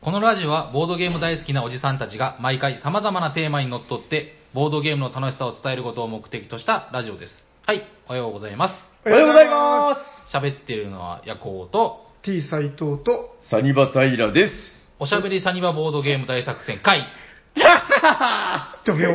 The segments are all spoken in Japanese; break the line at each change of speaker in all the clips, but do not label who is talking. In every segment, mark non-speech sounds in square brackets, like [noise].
このラジオはボードゲーム大好きなおじさんたちが毎回様々なテーマにのっとってボードゲームの楽しさを伝えることを目的としたラジオです。はい、おはようございます。
おはようございま
喋ってるのはヤコウと、
す。T 斎藤と、
サニバタイラです。
おしゃべりサニバボードゲーム大作戦
[laughs]
会。
ドビョ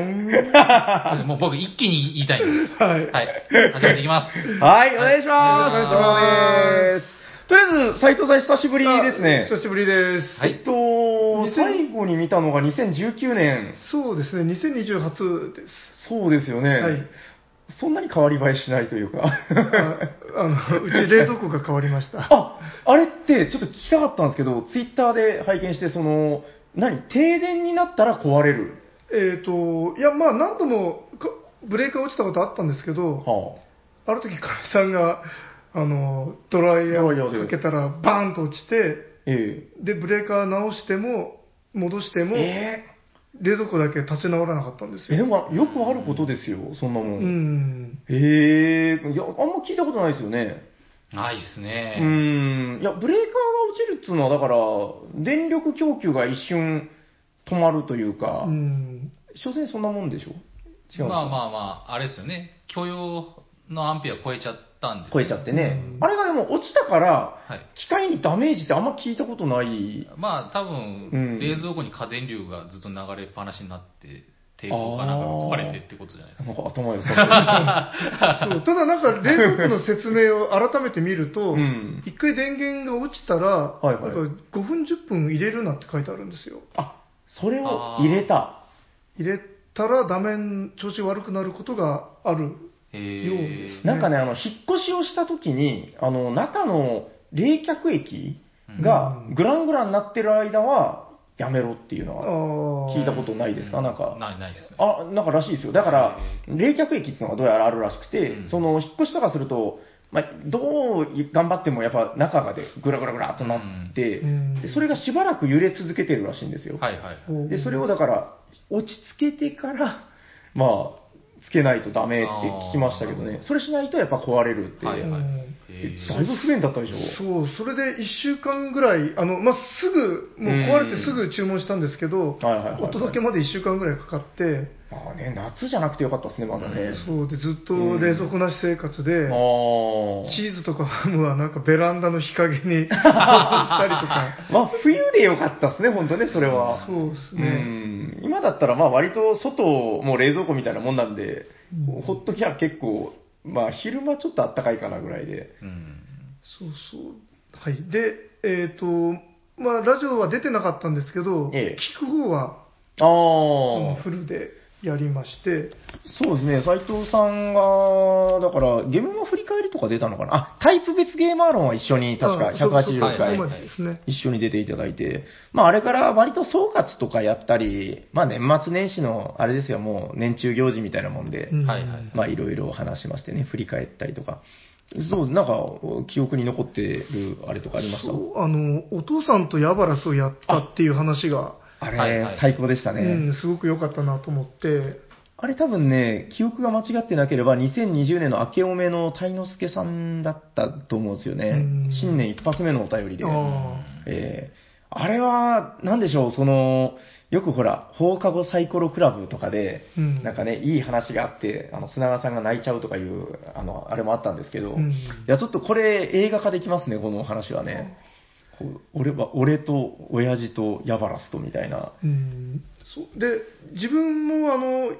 ン。
もう僕一気に言いたいんです。
はい
はい、始めていきます。
はい、お願いします。
お願いし
ます。とりあえず、斎藤さん久しぶりですね。
久しぶりです。
はい
えっと、最後に見たのが2019年。
そうですね、2020初です。
そうですよね。
はい
そんなに変わり映えしないというか。 [laughs]
ああの、うち冷蔵庫が変わりました。
あ、あれってちょっと聞きたかったんですけど、ツイッターで拝見して、その、何停電になったら壊れる。
えっ、と、いや、まあ何度もかブレーカー落ちたことあったんですけど、
は
ある時、かみさんが、あの、ドライヤ
ドライヤー
ー
で
をかけたら、バーンと落ちて、
あ、え
で、ブレーカー直しても、戻して
え
も、
え
冷蔵庫だけ立ち直らなかったんです
えで
よ。
も、よくあることですよ、そんなも。
うんん。
ええいや、あんま聞いたことないですよね。
ないっす
う
ね。
ん。いや、ブレーカーが落ちるっていうのは、だから、電力供給が一瞬止まるというか、
うん。
所詮そんなもんでしょ違うんですか
まあまあまあ、あれですよね。許容の安否は超えちゃったんです、
超えちゃってね
う。ん
あれがでも落ちたから、
はい。
機械にダメージってあんま聞いたことない。
まあ多
う
分、
ん
冷蔵庫に家電流がずっと流れっぱなしになって、抵抗かなんかが壊れてってことじゃないです
な
か。
んか頭良さ
そうただなんか冷蔵庫の説明を改めて見る
そ
と [laughs]
う。うん。
一回電源が落ちたら、
いは
な
い
んか5分10分入れるなって書いてあるんですよ
あ、それを入れた。
入れたら画面調子悪くなることがある
え
ようで
ー
すね
なんかね、あの、引っ越しをした時に、あの、中の冷却液が
うん
グラングランになってる間はやめろっていうの
あ
は
ー
聞いたことないですかなんか。
ない、ないですね。
あ、なんからしいですよ。だから、冷却液っていうのがどうやらあるらしくて、
うん
その、引っ越しとかすると、まあ、どう頑張ってもやっぱ中がでグラグラグラっとなって、
うん
でそれがしばらく揺れ続けてるらしいんですよ。
はいはい。
おー
で、それをだから、落ち着けてから、まあ、つけないとダメって聞きましたけどね
あー、
それしないとやっぱ壊れるって、
はいはい
うん。
え
だいぶ不便だったでしょ。
そうそれで1週間ぐらいあの、まあ、すぐもう壊れてすぐ注文したんですけど、
はいはいはいはい
お届けまで1週間ぐらいかかって、
まあね、夏じゃなくてよかったですね、まだね。
そうでずっと冷蔵庫なし生活で、
あー
チーズとかハムはなんかベランダの日陰に [laughs] したりとか
まあ、冬でよかったですね、本当ね、それは。
そうです
う
ね、
ん今だったら、まあ、割と外、もう冷蔵庫みたいなもんなんで、
うん
ほっときゃ結構、まあ、昼間ちょっとあったかいかなぐらいで。
うん。
そうそうはいでえっ、とまあラジオは出てなかったんですけど、
ええ
聞く方はあ
あ
の
あ。
フルでやりまして
そうですね、斉藤さんが、だから、ゲームの振り返りとか出たのかな、あタイプ別ゲーマー論は一緒に、確か
あそうそう
186
はいそ
回
こ、までですね
一緒に出ていただいて、まあ、あれから割と総括とかやったり、まあ、年末年始の、あれですよ、もう年中行事みたいなもんで、
うん
はいはい
まあ、いろいろ話しましてね、振り返ったりとか、そう、なんか、記憶に残ってるあれとかありました
そうあのお父さんとヤバラスをやったっていう話が、
あれ、
はいはい
最高でしたね。
うん、すごく良かったなと思って
あれ多分ね、記憶が間違ってなければ、2020年の明けおめの鯛之助さんだったと思うんですよね
うん。
新年一発目のお便りで。
あ
えーあれは、なんでしょう、その、よくほら、放課後サイコロクラブとかで、
ーうん
なんかね、いい話があって、あの、砂川さんが泣いちゃうとかいう、あの、あれもあったんですけど、
うん
いや、ちょっとこれ映画化できますね、このお話はね。こう俺は、俺と、親父と、ヤバラスとみたいな。
うんそうで自分もあの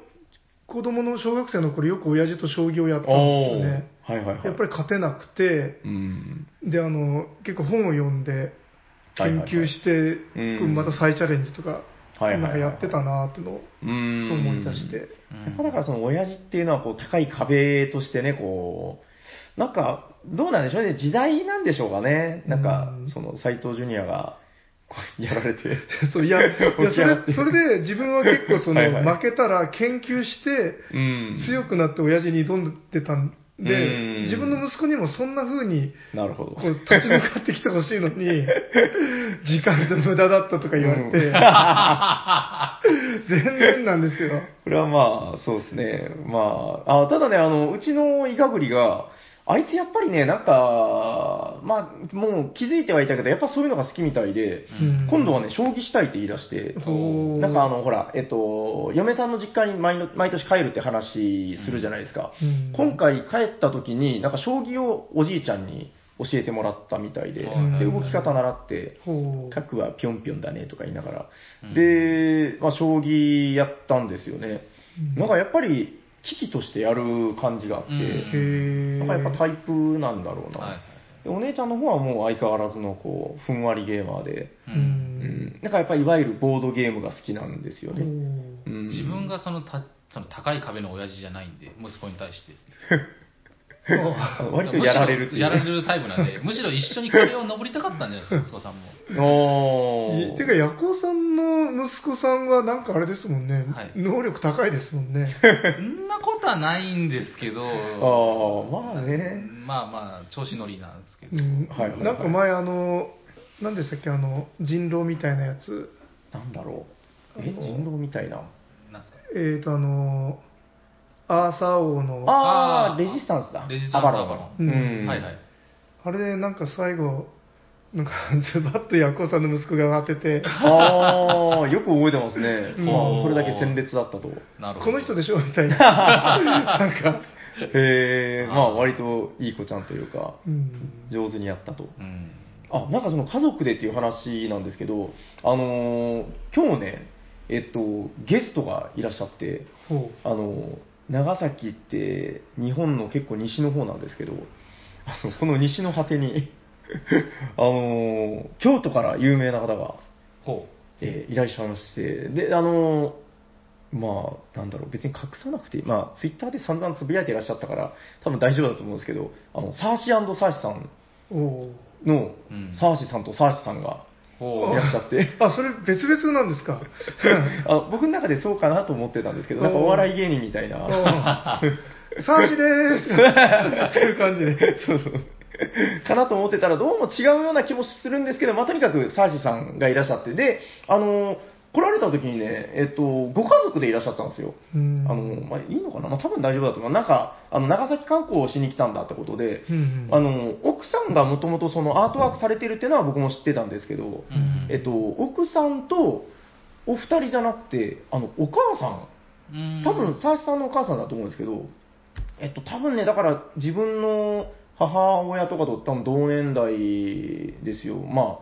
子供の小学生の頃よく親父と将棋をやったんですよね
おーはいはいはい。
やっぱり勝てなくて
うん。
であの結構本を読んで
はいはい
研
はい
究して、
うん
また再チャレンジとか、
はいはいはいはい
なんかやってたなーってのを
う
ふ
ん
と思い出して、 [laughs]
やっぱだからその親父っていうのはこう高い壁としてね、こう、なんかどうなんでしょうね、時代なんでしょうかね。なんか
うん
その斎藤ジュニアがこうやられて。
そういやいやそれ
[laughs] 起き上がって
それで自分は結構その
[laughs] はいはい
負けたら研究して
うん
強くなって親父に挑んでたんで、
うん
自分の息子にもそんな風に
なるほど
こ。う立ち向かってきてほしいの
[laughs]
に時間の無駄だったとか言われて、
う
全然なんです
[laughs]
よ
これはまあ、そうですね。まあ、あただね、あの、うちのイガグリが、あいつやっぱりね、なんか、まあ、もう気づいてはいたけど、やっぱそういうのが好きみたいで、
うん
今度はね、将棋したいって言い出して、
ほう
なんかあの、ほら、えっと、嫁さんの実家に毎の毎年帰るって話するじゃないですか。
うん
今回帰った時に、なんか将棋をおじいちゃんに教えてもらったみたいで、
はい
はいはい
で動き方習って、
ほう
角はぴょんぴょんだねとか言いながら
うん、
で、まあ、将棋やったんですよね。
うん
なんかやっぱり、機器としてやる感じがあっ
う
て、
ん
へえ
なんかやっぱタイプなんだろうな、
はい
でお姉ちゃんの方はもう相変わらずのこうふんわりゲーマーで、
う
うん
うんん、なんかやっぱりいわゆるボードゲームが好きなんですよ
ほう
ね、うん、
自分がそのたその高い壁の親父じゃないんで、息子に対して。
あ [laughs] 割とやられるって
むし
い
ろ
う
やられるタイプなんで、むしろ一緒に壁を登りたかったんじゃないですか、息子さんも。
お
い
ー
てか、ヤコさんの息子さんはなんかあれですもんね、
はい
能力高いですもん
[laughs]
ね。
そんなことはないんですけど、
あーまあね
まあまあ、調子乗りなんですけど
う。ん
はいはいはい
なんか前、あの、何でしたっけ、あの、人狼みたいなやつ、
なんだろう
あ
え
の
人狼みたいな
なんですか
えーと、あの、アーサー王の、あ
あ
あ
あ
ー
レジスタンスだ
レジスタンス
アバロンの
アバ
ロン
うん
はいはい。
れでなんか最後、なんかズバッとヤコさんの息子が当て
[laughs]
て、
ああよく覚えてますね、
[laughs]
うん
まあ、それだけ鮮烈だったと
なるほど。
この人
で
でしょみたい
[laughs]
な。
なんか、へえ、まあ割といい子ちゃんというか、
うん
上手にやったと。
うん。
あ、なんかその家族でっていう話なんですけど、あのー今日ね、えっと、ゲストがいらっしゃって、
ほ
あのー長崎って日本の結構西の方なんですけど、あのこの西の果てに、 [laughs] あのー京都から有名な方が、
ほ
えーいらっしゃいまして、で、あのーまあ、なんだろう、別に隠さなくていい、まあ、ツイッターで散々つぶやいていらっしゃったから、多分大丈夫だと思うんですけど、あの、サーシサーシさん
う。おう
の、
うん
サーシさんとサーシさんが
う。ほ。
いうらっしゃって、
[laughs]
あ、それ別々なんです
[laughs]
か。
あ僕の中でそうかなと思ってたんですけど、なんかお笑い芸人みたいな、
おうサーシでーすそういう感じで。
[laughs] そうそう。かなと思ってたら、どうも違うような気もするんですけど、まあ、とにかくサーシさんがいらっしゃって、で、あのー来られた時にね、えっと、ご家族でいらっしゃったんですよ。
うん
あの、まあ、いいのかな、まあ、多分大丈夫だと思う。なんか、あの、長崎観光をしに来たんだってことで、
うん
あの、奥さんがもともとそのアートワークされてるっていうのは僕も知ってたんですけど、
うん
えっと、奥さんとお二人じゃなくて、あの、お母さん、
うん
多分、佐々木さんのお母さんだと思うんですけど、えっと、多分ね、だから自分の母親とかと多分同年代ですよ。まあ、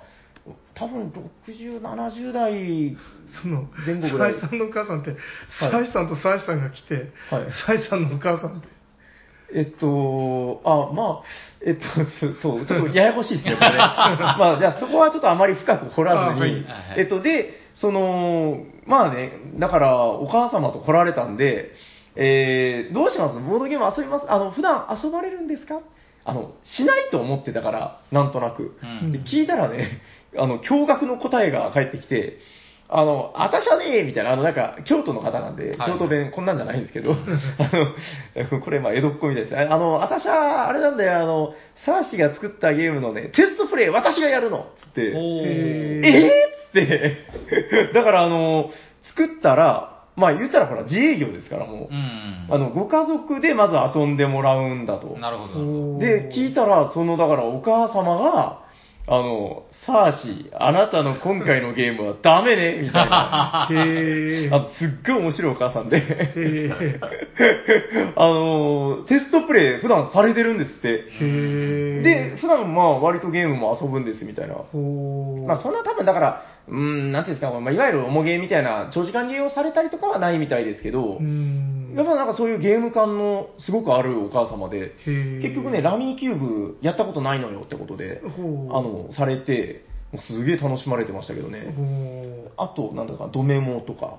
多分60、70代、
その、
全国
サイさんのお母さんって、サイさんとサイさんが来て、
はい
サイさんのお母さんって、
えっと、あ、まあ、えっと、 [laughs] そうそう、ちょっとややこしいですね、これね。 [laughs] まあ、じゃあそこはちょっとあまり深く掘らず
あ
に、
はい
はい
えっと、で、その、まあね、だから、お母様と来られたんで、えーどうしますボードゲーム遊びますあの、普段遊ばれるんですかあの、しないと思ってたから、なんとなく。
うん
で聞いたらね、あの、驚愕の答えが返ってきて、あの、あたしゃねえみたいな、あの、なんか、京都の方なんで、
はい
京都弁、こんなんじゃないんですけど、 [laughs] あの、これ、まあ、江戸っ子みたいですね。あの、あたしゃ、あれなんだよ、あの、サーシが作ったゲームのね、テストプレイ、私がやるのつって、
ほう。
えー
えー、っつって、だ [laughs] から、あの、作ったら、まあ、言ったら、ほら、自営業ですから、も
う
う、
ん。
あの、ご家族でまず遊んでもらうんだと。
なるほど、なるほど。
で、聞いたら、その、だからお母様が、あの、サーシ、あなたの今回のゲームはダメね、みたい
[laughs]
な。あ
た。へー。
の、すっごい面白いお母さん [laughs] で、
へー。
[laughs] あの、テストプレイ普段されてるんですって。
へー。
で、、普段まあ割とゲームも遊ぶんです、みたいな。
ほー。
まあそんな多分だから、うーん、なんていうんですか、まあ、いわゆる重ゲーみたいな長時間ゲームをされたりとかはないみたいですけど、
うん。
やっぱなんかそういうゲーム感のすごくあるお母様で、
へー。
結局ね、ラミーキューブやったことないのよってことで、
ほう
あの、されて、もうすげえ楽しまれてましたけどね。
ほ
あと、なんだか、ドメモとか、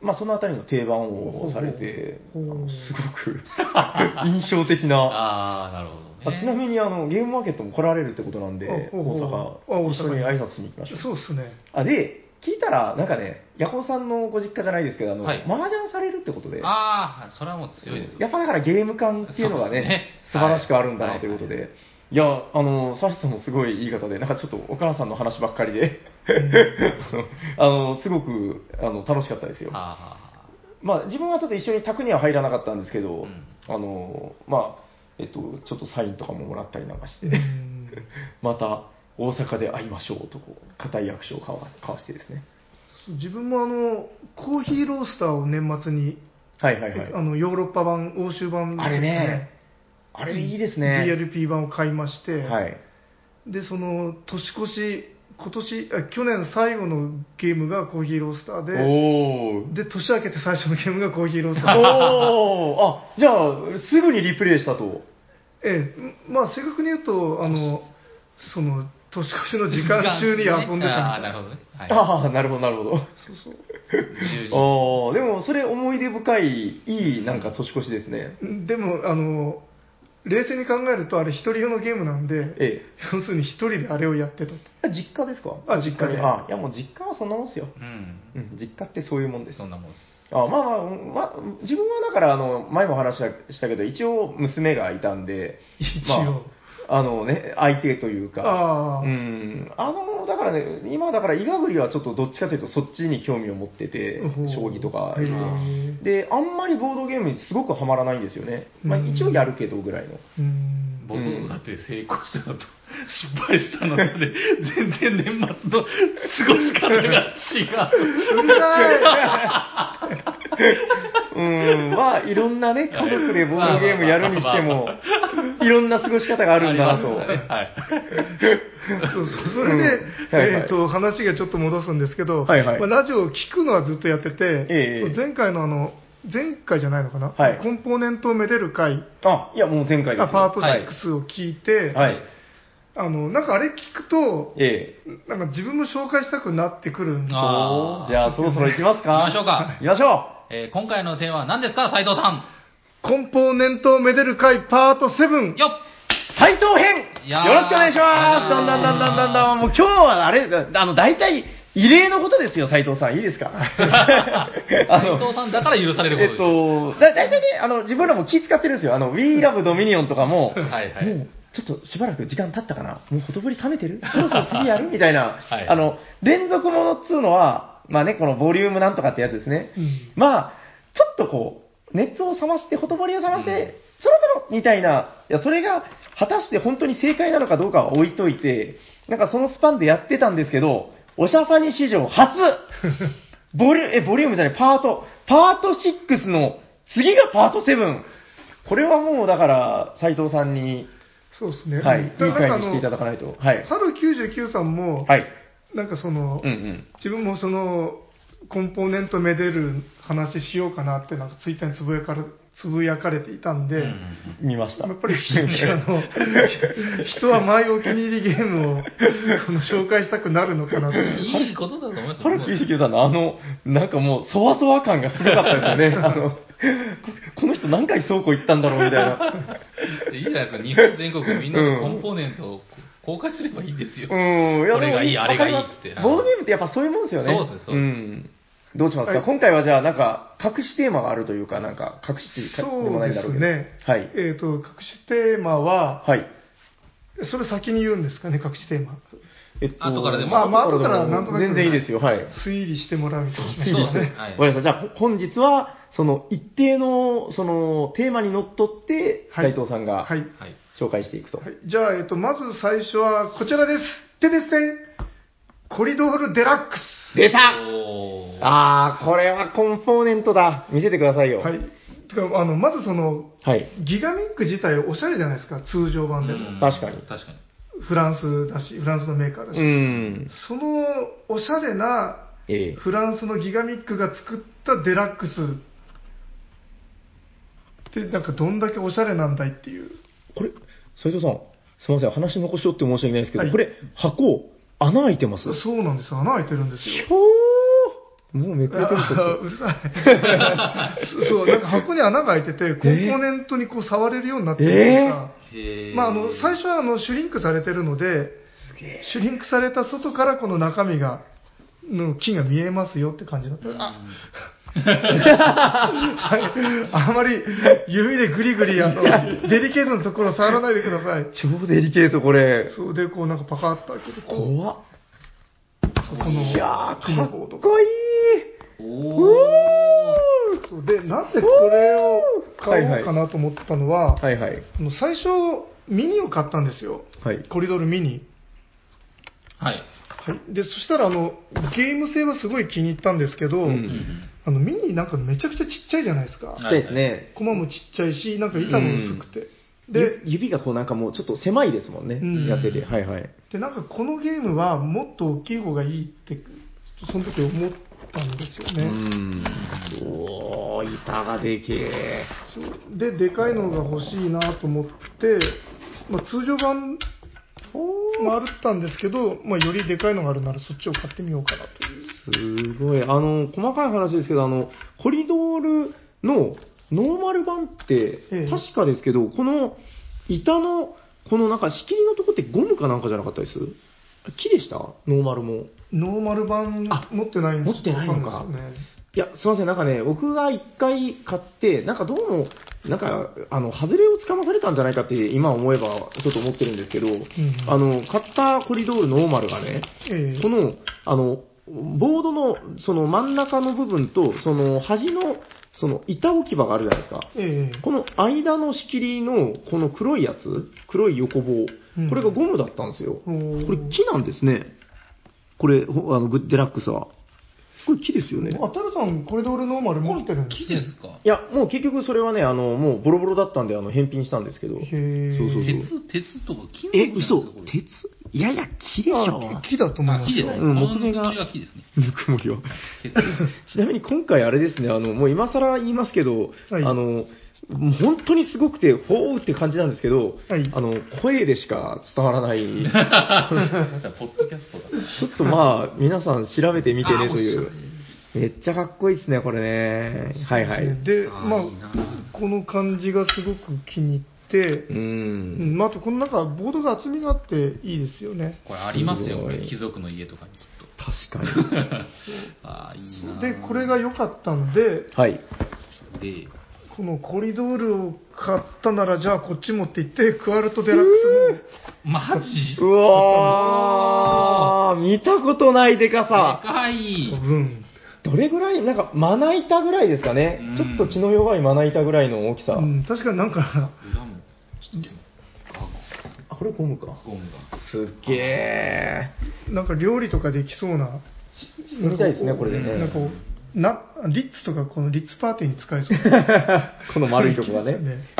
まあ、そのあたりの定番をされて、あ
ほうほう
のすごく [laughs] 印象的な。
ああ、なるほど、ね。
あちなみに、あの、ゲームマーケットも来られるってことなんで、
ほう
大
ほうほうあ
阪、
大阪
一緒に挨拶しに行きまし
う。
ょう。
そうっす
[laughs]
ね。
あ、で、聞いたら、なんかね、ヤコウさんのご実家じゃないですけど、あの、
はい
麻雀されるってことで、
ああ、それはもう強いですよ。
やっぱだからゲーム感っていうの
そう
がね、
ですね
素晴らしくあるんだなということで、
はい
や、あの、サシさんもすごいいい方で、なんかちょっとお母さんの話ばっかりで、 [laughs] あの、すごくあの楽しかったですよ。
はあはあはあ
まあ、自分はちょっと一緒に宅には入らなかったんですけ
う
ど、
ん
あの、まあ、えっと、ちょっとサインとかももらったりなんかして、
うん
[laughs] また大阪で会いましょうとこう、固い握手を交わ交わしてですね。
そう自分もあのコーヒーロースターを年末に、
はいはいはい。
あのヨーロッパ版、欧州版
あれね、あれいいですね。
DLP 版を買いまして、
はい。
でその年越し、今年あ去年最後のゲームがコーヒーロースターで、
おー。
で年明けて最初のゲームがコーヒーロースターで、
[laughs] おーあ、じゃあ、すぐにリプレイしたと。
ええまあ、正確に言うとあのその年越しの時間中に遊んで
ああ
た
ー、な
みたい
る
な
ほどね。はい。
ああ、なるほど、なるほど。
そうそう
12
ああ、でもそれ思い出深い、いいなんか年越しですね。
でもあの冷静に考えるとあれ一人用のゲームなんで
え
要するに一人であれをやってたと
え。実家ですか
あ実家で
あいやもう実家はそんなもんですよ。
うん。
うん、実家ってそういうもんです。
そん
あ
なもんです。
まあまあ、うんまあ、自分はだから、あの、前も話したしたけど、一応娘がいたんで、
一
ま
応、
あ、あのね、相手というか、
ああ
う
ー、
ん、あの、だからね、今だから、伊賀栗はちょっとどっちかというと、そっちに興味を持ってて
ほう、
将棋とか
へ、ー
で、あんまりボードゲームにすごくはまらないんですよね。まあ、
うん
一応やるけどぐらいの。
うん
ボソンだって成功したのと失敗したのとで、全然年末の過ごし方が違う。
うまい
うん、まあ、いろんなね、家族でボードゲームやるにしても、いろんな過ごし方があるんだなと。
ありますねはい。
そうそうそれで、
うん [laughs] はいはい
えー、と話がちょっと戻すんですけど、
はいはい
まあ、ラジオを聞くのはずっとやってて、
え
そ
え
う前回のあの前回じゃないのかな、
はい
コンポーネントをめでる会
あ、いや、もう前回ですよ。
あパート
はい
6を聞いて、
はい。
あのなんかあれ聞くと
ええ。
なんか自分も紹介したくなってくるんで
あー
じゃあ、そろそろ行きます
行
か。
きましょうか
行きましょう。
えー今回のテーマは何ですか、斉藤さん。
コンポーネントをめでる会パート7
よっ
斉藤編
いやー
よろしくお願いします
いや
だ
ー
んだんだんだんだんだんもう今日はあれ、あの、大体、異例のことですよ、斉藤さん。い
[laughs]
いですかあ
斉藤
の、
さんだから許されること
えっ
です。
と、だ大体ね、あの、自分らも気使ってるんですよ。あの、We Love Dominion とかも、
[laughs] はいはい
もう、ちょっとしばらく時間経ったかなもうほとぼり冷めてるそろそろ次やるみたいな、
はい
あの、連続ものっつうのは、まあね、このボリュームなんとかってやつですね。
うん
まあ、ちょっとこう、熱を冷まして、ほとぼりを冷まして、
うん
そろそろみたいな、いや、それが果たして本当に正解なのかどうかは置いといて、なんかそのスパンでやってたんですけど、おしゃさに史
[laughs]
上初ボリュえ、ボリュームじゃない、パート、パート6の次がパート7。これはもうだから、斉藤さんに、
そうですね、
はい、いい
だから
会にしていただかないと。はい。
春99さんも、
はい。
なんかその、
うんうん。
自分もそのコンポーネントめでる話しようかなってなんかツイッターにつぶやかれつぶやかれていたんで、
うんうんうん
見ました。
やっぱりあの人は前お気に入りゲームをこの紹介したくなるのかなと
いいことだと思いますよ。
春木九さんのあの、なんかもう、そわそわ感がすごかったですよね。あの、ここの人何回倉庫行ったんだろうみたいな。
いいじゃないですか、日本全国みんなで
うん
コンポーネントを公開すればいいんですよ。
うん、いや、
これがいい
でも
あれがいい
わかります
っつって
ボードゲームってやっぱそういうもんですよね。
そうですねそうです
ん。どうしますか、
はい
今回はじゃあ、なんか、隠しテーマがあるというか、なんか、隠しでも
そ
な
う
いん
で
だろ
す
うけど。
ね、
はい。
えー、と隠しテーマは
はい。
それ先に言うんですかね隠しテーマ
えっと
後からでも
まあまあ後からなんとなく
全然いいですよ。はい。
推理してもらうみたいな
そうですね。は
わ
い
かりました。じゃあ、ほ本日は、その、一定の、その、テーマにのっとって、
はい
斉藤さんが
はい、はい
はい
紹介していくと。
じゃあ、えー、とまず最初はこちらですてですてコリドールデラックス
出た
おー
あー、これはコンポーネントだ。見せてくださいよ。
はい。てか、あの、まずその、
はい。
ギガミック自体おしゃれじゃないですか、通常版でも。
うん
確かに
確かに。
フランスだし、フランスのメーカー
う
だし。
ーん。
そのおしゃれな
ええ。
フランスのギガミックが作ったデラックスって、なんかどんだけおしゃれなんだいっていう。
これ、斉藤さん、すみません。話残しようって申し訳ないですけど、
はい
これ、箱、穴開いてます。ひ
そうなんですよ、穴開いてるんですよ。
ょーもうめくれてるちょ
あ
っと
[laughs] うるさいそうそう、なんか箱に穴が開いてて、コンポーネントにこう触れるようになってるというか、
へー
まあ、あの最初はあのシュリンクされてるので、シュリンクされた外からこの中身が、の木が見えますよって感じだった。あ [laughs] あまり指でぐりぐり
[laughs]
あのデリケートなところ触らないでください。
超デリケート、これ。
そうで、こうなんかパカッと開けて、こ
怖っ。
う、そこの
いやー、
木
か
の
っ
ボードが。
こいい。
おー
そうで、なんでこれを買おうかなと思ったのは、
はいはい。
あの最初、ミニを買ったんですよ。
はい。
コリドルミニ。
はい。
はい、でそしたらあの、ゲーム性はすごい気に入ったんですけど、
うん
うん
あのミニなんかめちゃくちゃちっちゃいじゃないですか
ちっ。ちゃいですね。
コマもちっちゃいし、なんか板も薄くて。で
ゆ指がこうなんかもうちょっと狭いですもんね。
うん
やってて。はいはい。
で、なんかこのゲームはもっと大きい方がいいって、その時思ったんですよ
う
ね。
ん。おー、板がでけえ。
そうで、でかいのが欲しいなと思って、まあ、通常版もあったんですけど、まあ、よりでかいのがあるならそっちを買ってみようかなという。
すごい。あの、細かい話ですけど、あの、コリドールのノーマル版って
ええ、
確かですけど、この板の、このなんか仕切りのとこってゴムかなんかじゃなかったです木でしたノーマルも。
ノーマル版
あ
持ってないん
持ってないのか
わんないですよね
いや、すいません、なんかね、僕が一回買って、なんかどうも、なんか、あの、外れをつかまされたんじゃないかって、今思えば、ちょっと思ってるんですけど、あの、買ったコリドールノーマルがね、
ええ
この、あの、ボードの、その真ん中の部分と、その端の、その板置き場があるじゃないですか。
ええ
この間の仕切りの、この黒いやつ、黒い横棒
うん、
これがゴムだったんですよ。
おー
これ木なんですね。これ、ほあの、グッデラックスは。これ木ですよね。
あ、タルさん、これで俺ノーマル持ってるんです
木ですか
いや、もう結局それはね、あの、もうボロボロだったんで、あの、返品したんですけど。
へー
そうそうそう
鉄、鉄とか金
え、
属じゃないで
嘘
すかこれ
鉄いやいや、木でしょ
あ。木木だと思い
あ
ます。
木ですね。
うん
この
木目が
木目が木ですね。
ぬくもりは。 [laughs]
鉄
ちなみに今回あれですね、あの、もう今更言いますけど、
はい
あの、もう本当にすごくて、ほーって感じなんですけど、
はい
あの、声でしか伝わら
[laughs]
ない、ち
じゃあポッドキャストだ。
ょっとまあ、皆さん調べてみてね
あ
という。めっちゃかっこいいですね、これね。はいはい。う。
で、
あー
ま
いいな
あ、この感じがすごく気に入って、うんん、まああとこの中、ボードが厚みがあっていいですよね。
これありますよ、
す
こ
ごい
れ。貴族の家とかにきっと。
確
[laughs]
かに。
ああ、いいな。
で、これが良かったんで、
はい。
で、
このコリドールを買ったなら、じゃあこっち持って行って、クアルトデラック
マジ
うわー、見たことないでかさ。
でか
ス
い
の。分、
どれぐらい、なんか、まな板ぐらいですかね
うん。
ちょっと気の弱いまな板ぐらいの大きさ。
うん、確かになんか、
裏も、ちょっと来ます。
あ、これゴムか
あ。ゴムが。
すっげえ。
なんか料理とかできそうな、
してみたいですね、これで
なん
ね
か。こうな、リッツとかこのリッツパーティーに使えそうな。
この丸いとこがね。
ね
[laughs]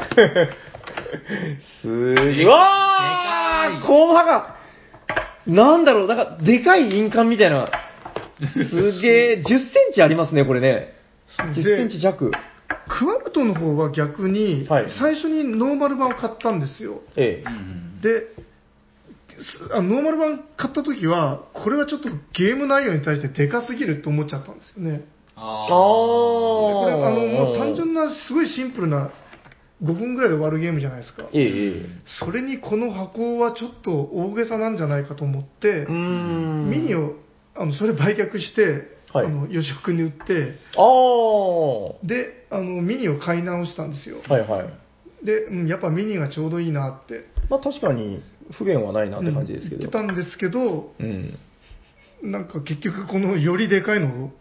す
で
ー
かいで
い。わ
か
ー
い
後半が、なんだろう、なんか、でかい印鑑みたいな。すげえ、10センチありますね、これね。
そう
10
で
センチ弱。
クワルトの方は逆に、
はい
最初にノーマル版を買ったんですよ。
ええ
う。ん
で、すあノーマル版買った時は、これはちょっとゲーム内容に対してでかすぎると思っちゃったんですよね。
あー。
あー。
これ、あの、もう単純
な。
な、すごいシンプルな5分ぐらいで終わるゲームじゃないですか。
ええ、ええ。
それにこの箱はちょっと大げさなんじゃないかと思って
うー、ん。
ミニを、あの、それ売却して、
はい
あの、吉尾君に売って、
ああ。
で、あの、ミニを買い直したんですよ。
はいはい。
で、うん、やっぱミニがちょうどいいなって。
まあ確かに不便はないなって感じですけど。
うん言ってたんですけど、
うん。
なんか結局このよりでかいのを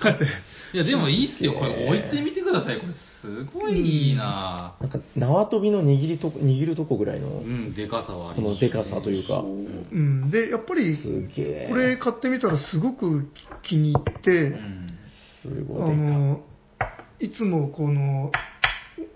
買って、
いや、でもいいっすよ。
す
こ
げえ
れ置いてみてください。これ、すごいいいな
なんか縄跳びの握りとこ、握るとこぐらいの、
うん、でかさはあ
こ
りま
の
すね
でかさというか。
うん、で、やっぱり
すげえ。
これ買ってみたらすごく気に入って、
うん。
すごいで
あの、いつもこの、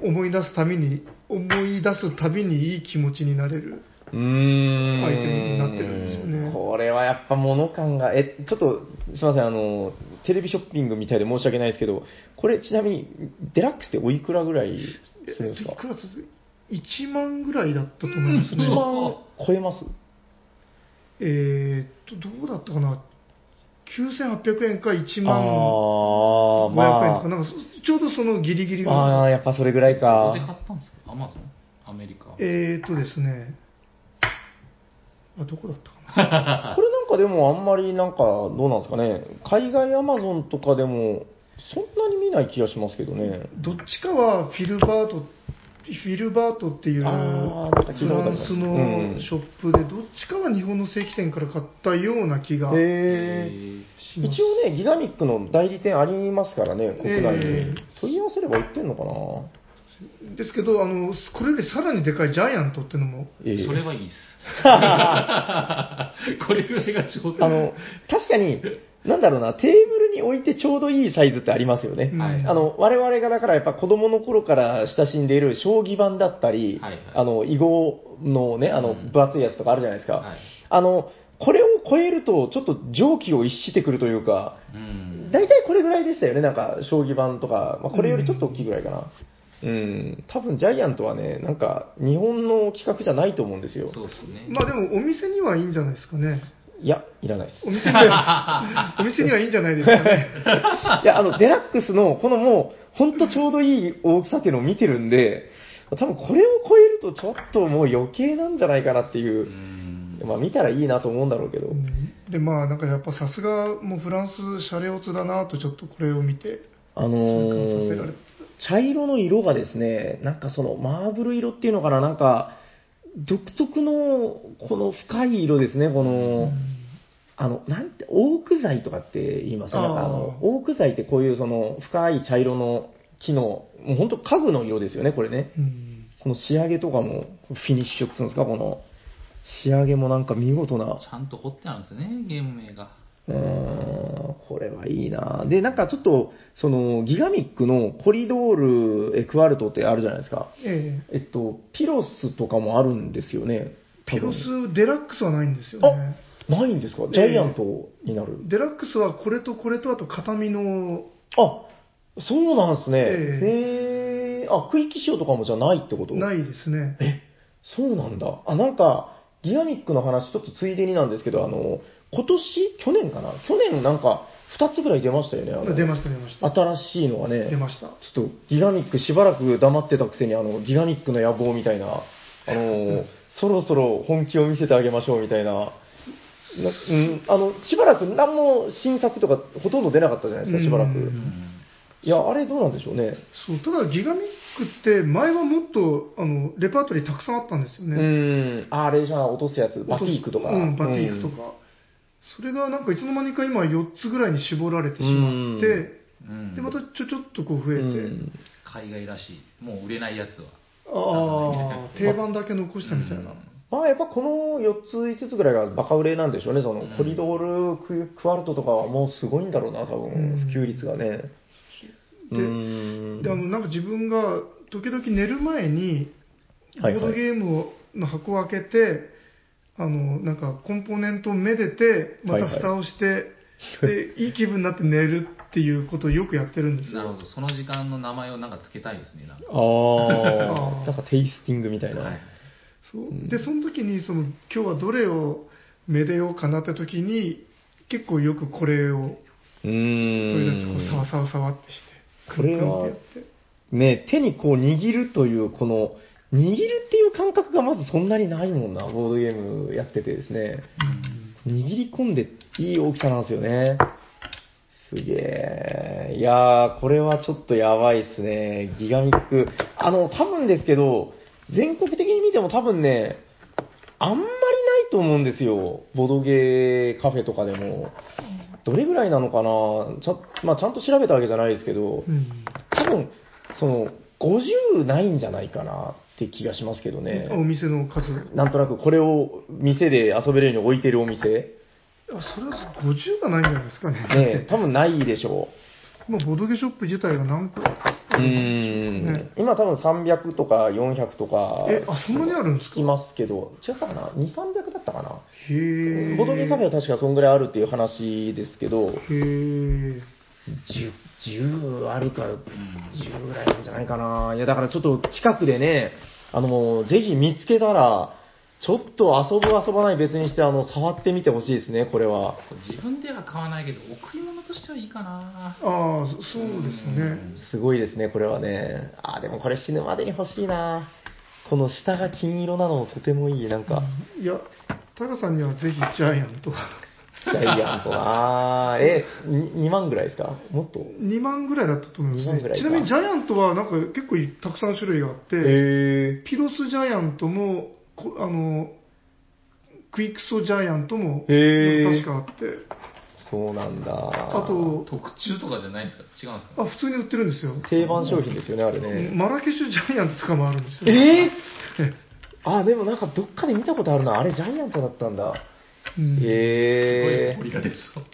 思い出すたびに、思い出すたびにいい気持ちになれる。
うーん。
アイテムになってるんですよね
これはやっぱ物感が、え、ちょっと、すいません、あの、テレビショッピングみたいで申し訳ないですけど、これちなみに、デラックスっておいくらぐらいするんです
い
か
くらだった1万ぐらいだったと思いますね。
一万超えます
えーっと、どうだったかな、9800円か1
あ
万500円
ー、
とか、
ま
なんかそちょうどそのギリギリぐ
あ、あ
ら
ー
い。
やっぱそれぐらい
ど
か
こで。買ったんですかアマゾンアメリカ。
えーっとですね、あどこだったかな。
これなんかでもあんまりなんかどうなんですかね海外アマゾンとかでもそんなに見ない気がしますけどね
どっちかはフィルバート、フィルバートっていうフ
あーなんか聞いたこと
ラ
あり
ン
ます
スのショップで、どっちかは日本の正規店から買ったような気が
へえ
え
し
一
ます。
応ねギガミックの代理店ありますからね国内に、
ええ
問い合わせれば売ってんのかな
ですけど、あの、これよりさらにでかいジャイアントっていうのも、
ええ
それはいいです。 [laughs] これぐらいがちょうど
あの、確かに、なんだろうな、テーブルに置いてちょうどいいサイズってありますよね。
うん
はい
あの、我々がだからやっぱ子供の頃から親しんでいる将棋盤だったり、
はいはい
あの、囲碁のね、あ
う
の、
ん
分厚いやつとかあるじゃないですか。
はい
あの、これを超えると、ちょっと蒸気を逸してくるというか、
うん
大体これぐらいでしたよね、なんか、将棋盤とか、まあ、これよりちょっと大きいぐらいかな。うん、多分ジャイアントはね、なんか、日本の企画じゃないと思うんですよ。
そうですね。
まあでもお店にはいいんじゃないですかね。
いや、いらないです
お。店には、お店にはいいんじゃないですかね。
[laughs] いや、あの、デラックスの、このもう、ほんとちょうどいい大きさっていうのを見てるんで、多分これを超えるとちょっともう余計なんじゃないかなっていうう、
ん
まあ見たらいいなと思うんだろうけど
う。んで、まあなんかやっぱさすが、もうフランス、シャレオツだなとちょっとこれを見て、
あの
痛感させられ
ー
た、
茶色の色がですね、なんかそのマーブル色っていうのかな、なんか、独特のこの深い色ですね、この、あの、なんて、オーク材とかって言いますね。なんかあの
あー
オーク材ってこういうその深い茶色の木の、もう本当家具の色ですよね、これね。
うん
この仕上げとかもフィニッシュするんですか、この仕上げもなんか見事な。
ちゃんと掘ってあるんですね、ゲーム名が。
うーん、これはいいなで、なんかちょっと、そのギガミックのコリドールエクワルトってあるじゃないですか。
え
えっと、ピロスとかもあるんですよね。
え、ピロ
多分
スデラックスはないんですよね。
ないんですかジャイアントになる。
デラックスはこれとこれとあと形見の、
あ、そうなんですね。
え
へえ。あ、区域賞とかもじゃないってこと
ないですね。
え、そうなんだ。あ、なんか、ギガミックの話、ちょっとついでになんですけど、あの、今年去年かな去年なんか、2つぐらい出ましたよね。あの
出ました、出ました。
新しいのがね。
出ました。
ちょっと、ギガミックしばらく黙ってたくせに、あの、ギガミックの野望みたいな、あ
[laughs]
の、そろそろ本気を見せてあげましょうみたいな、なうん、あの、しばらく何も新作とかほとんど出なかったじゃないですか、しばら
う
く。
うんん
いや、あれどうなんでしょうね。
そう、ただギガミックって前はもっと、あの、レパートリーたくさんあったんですよ
う
ね。
ん、あれじゃあ落とすやつ、バティークとか。
うん、バティークとか。それがなんかいつの間にか今4つぐらいに絞られてしまって、
うん
で、またちょちょっとこう増
う
えて、
ん。
海外らしい。もう売れないやつは。
ああ、定番だけ残したみたいな。
まあやっぱこの4つ、5つぐらいがバカ売れなんでしょうね、そのコリドールク、クワルトとかはもうすごいんだろうな、多
うん
分、普及率がね。
で
うん
で、あの、なんか自分が時々寝る前に、ボ
はいはい
ードゲームをの箱を開けて、あの、なんかコンポーネントをめでて、また
はいはい
蓋をして、で、いい気分になって寝るっていうことをよくやってるんです
なる
よ。
ほど。その時間の名前をなんかつけたいですね、なんか。
あ
あー
あ、なんかテイスティングみたいな。
はい。
そうで、その時に、その、今日はどれをめでようかなって時に、結構よくこれを、
う
それですこう、さ
ー
わ
ん。
さわさわってして、
これは
クンクンってやって。
ね、手にこう握るという、この、握るっていう感覚がまずそんなにないもんな、ボードゲームやっててですね。握り込んでいい大きさなんですよね。すげえ。いやー、これはちょっとやばいっすね。ギガミック。あの、多分ですけど、全国的に見ても多分ね、あんまりないと思うんですよ。ボドゲーカフェとかでも。どれぐらいなのかなちゃ,、まあ、ちゃんと調べたわけじゃないですけど、
うん
多分、その、50ないんじゃないかなって気がしますけどね。
お店の数。
なんとなくこれを店で遊べるように置いてるお店。
あそれは50がないんじゃないですかね。
ねえ、多分ないでしょ
まあ、ボードゲーショップ自体が何個
う。うーん。今多分300とか400とか。
え、あ、そんなにあるんです
聞
か
きますけど、違ったかな ?2、300だったかな
へえ。
ボドゲカフェは確かそんぐらいあるっていう話ですけど、
へえ。
10、10あるか、10ぐらいなんじゃないかな。いや、だからちょっと近くでね、あの、ぜひ見つけたら、ちょっと遊ぶ遊ばない別にして、あの、触ってみてほしいですね、これは。
これ自分では買わないけど、贈り物としてはいいかな。
ああ、そそうですね。
すごいですね、これはね。あー、でもこれ死ぬまでに欲しいな。この下が金色なのとてもいい、なんか、
いや、タカさんにはぜひジャイアント。
ジャ
[laughs]
イアントな。え、に2万ぐらいですかもっと
2万ぐらいだったと思います
2万ぐら
ね。
い
ち
か
なみにジャイアントはなんか結構たくさん種類があって、
へ
ピロスジャイアントも、こあの、クイクソジャイアントも、
へ
確
ー
かあって、
そうなんだ。
あ
あ、
と、
特注とかじゃないんですか違うんですか
あ普通に売ってるんですよ。
定番商品ですよね、あれね。
マラケシュジャイアンツとかもあるんですよ。
ええあ、でもなんかどっかで見たことあるな。あれジャイアントだったんだ。
[laughs] うん
へえ
すごい掘りが出そう。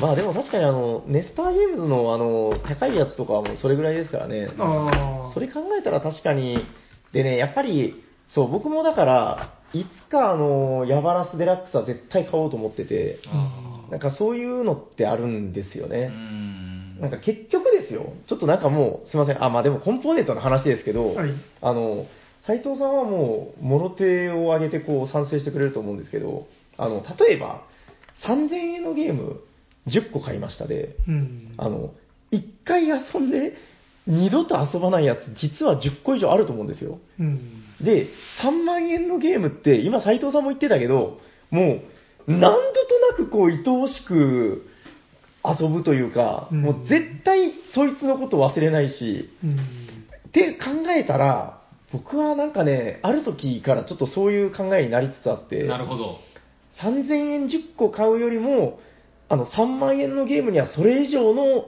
まあでも確かにあの、ネスターゲームズのあの、高いやつとかはもうそれぐらいですからね。
ああ。
それ考えたら確かに、でね、やっぱり、そう、僕もだから、いつかあの、ヤバラスデラックスは絶対買おうと思ってて、
あ
なんかそういうのってあるんです
ー
よ
うー
ね。
ん。
なんか結局ですよ、ちょっとなんかもう、すいません、あ、まあでもコンポーネントの話ですけど、
はい
あの、斉藤さんはもう、諸手を挙げてこう、賛成してくれると思うんですけど、あの、例えば、3000円のゲーム、10個買いましたで、
うん。
あの、一回遊んで、二度と遊ばないやつ、実は10個以上あると思うんですよ。
うん。
で、3万円のゲームって、今斉藤さんも言ってたけど、もう、何度となくこう、愛おしく遊ぶというか、
うん
もう絶対そいつのこと忘れないし、
うん。
って考えたら、僕はなんかね、ある時からちょっとそういう考えになりつつあって、
なるほど。
3000円10個買うよりも、あの3万円のゲームにはそれ以上の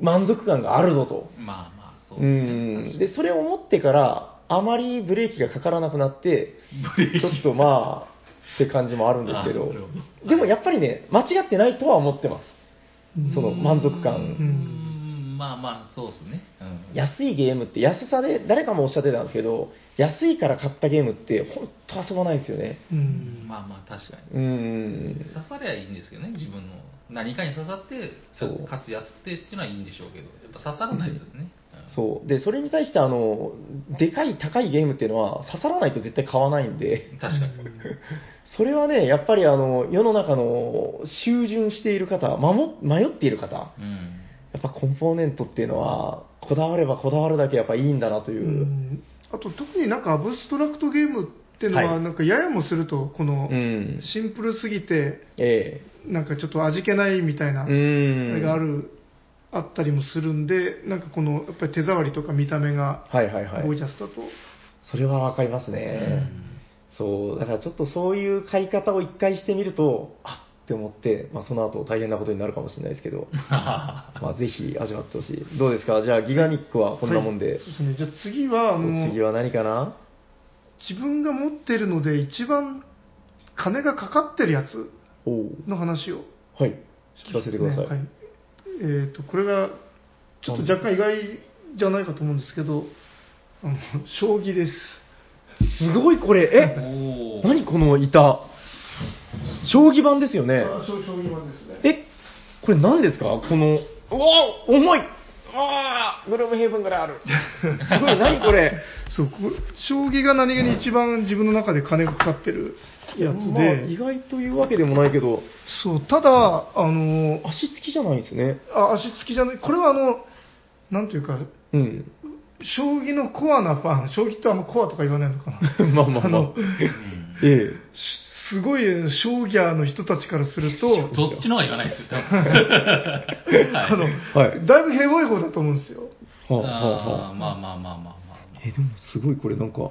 満足感があるぞと。
まあまあ、そう
う
ですね。
ん。で、それを思ってから、あまりブレーキがかからなくなって、
ブレー
ちょっ
キ
とまあ、って感じもあるんですけ
あ
ど
なる、ほど
[laughs] でもやっぱりね、間違ってないとは思ってます。その満足感
うんまあまあ、そうですね。うん
安いゲームって、安さで、誰かもおっしゃってたんですけど、安いから買ったゲームって、本当遊ばないですよね。
うん。
まあまあ、確かに。
うん。
刺さりゃいいんですけどね、自分の。何かに刺さって
そう、
かつ安くてっていうのはいいんでしょうけど、やっぱ刺さらないとですね。うん
そう。で、それに対して、あの、でかい高いゲームっていうのは、刺さらないと絶対買わないんで、
確かに。
それはね、やっぱりあの、世の中の修潤している方、守迷っている方、
うん。
やっぱコンポーネントっていうのは、こだわればこだわるだけやっぱいいんだなというう。
んあと特になんかアブストラクトゲームってのは、
はい
なんかややもすると、こ
う
の
ん。
シンプルすぎて、
え
なんかちょっと味気ないみたい
え
な、あ
うん。
れがある、あったりもするんで、なんかこの、やっぱり手触りとか見た目が
はいはいは
ゴー
い。
ジャスだと。
それはわかりますね。そう、だからちょっとそういう買い方を一回してみると、あっって思って、まあその後大変なことになるかもしれないですけど、まあぜひ味わってほしい。どうですかじゃあギガニックはこんなもんで。
はいそうですね。じゃあ次は、あの、
次は何かな
自分が持ってるので一番金がかかってるやつ
おう
の話を
はい。聞かせてください。
ねはいえー、とこれがちょっと若干意外じゃないかと思うんですけどあの将棋です
すごいこ
お
れ、え
ー
[laughs] 何この板。将棋盤ですよね。
あ将将棋盤ですね
え、これ何ですかこの、うわお重いああグルムヘイブンぐらいある。すごい、何これ。 [laughs]
そうこ将棋が何気に一番自分の中で金がかかってるやつ
まあ意
で、
外というわけでもないけど、
そうただあの
足つきじゃないですね。
あ足つきじゃないこれはあのなんていうか
うん。
将棋のコアなファン将棋ってあんまコアとか言わないのかな
[laughs] まあまあ
あ
まあ
の。
うん
ええ。
すすごい将棋の人たちからすると
どっちのは言わないですよ、多
[laughs]
分はい
あの、
はい
だいぶヘボい方だと思うんですよ。
はあ、はあ、は
あーまあま
あ。
あまあまあま
え、でもすごいこれなんか、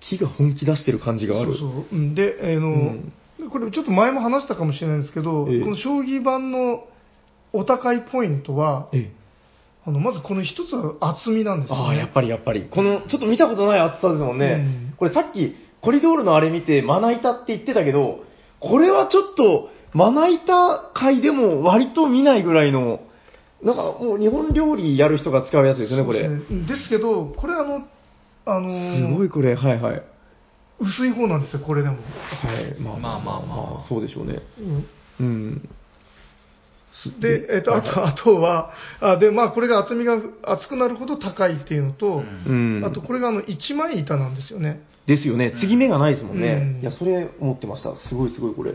木が本気出してる感じがある。
そうそううんで、えーの
うん
これちょっと前も話したかもしれないんですけど、
ええ
この将棋盤のお高いポイントは、
ええ。
あのまずこの一つは厚みなんですよ、ね。
ああ、やっぱりやっぱり。この、ちょっと見たことない厚さですもんね。
うん
これさっき、コリドールのあれ見て、まな板って言ってたけど、これはちょっと、まな板界でも割と見ないぐらいの、なんかもう日本料理やる人が使うやつですよね、これ。
そうですねですけど、これあの、あのー
すごいこれ、はいはい。はい。
薄い方なんですよ、これでも。
ま
まあ
あまあまあ
そうでしょうね。
うん
うん。
で、えーと、あと、あとは、あで、まあ、これが厚みが厚くなるほど高いっていうのと、
うん
うん。
あと、これがあの、一枚板なんですよね。
ですよね。継ぎ目がないですもんね。
うん
いや、それ思ってました。すごいすごいこれ。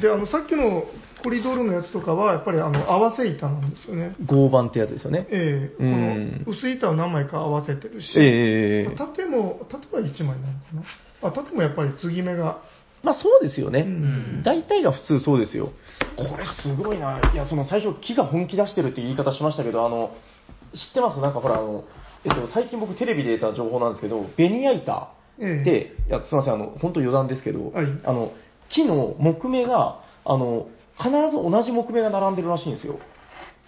であのさっきのコリドールのやつとかはやっぱりあの合わせ板なんですよね、
合板ってやつですよね。
ええ
うん
この薄い板を何枚か合わせてるし、
ええ
まあ縦も縦は1枚なのかなあ縦もやっぱり継ぎ目が、
まあそうですよね。
うん
大体が普通そうですよ。これすごいな。いや、その最初、木が本気出してるっていう言い方しましたけど、あの、知ってますなんかほら、あの、えっと、最近僕テレビで得た情報なんですけど、ベニヤ板
ええ
で、いや、すみません、あの、本当余談ですけど、
はい
あの、木の木目が、あの、必ず同じ木目が並んでるらしいんですよ。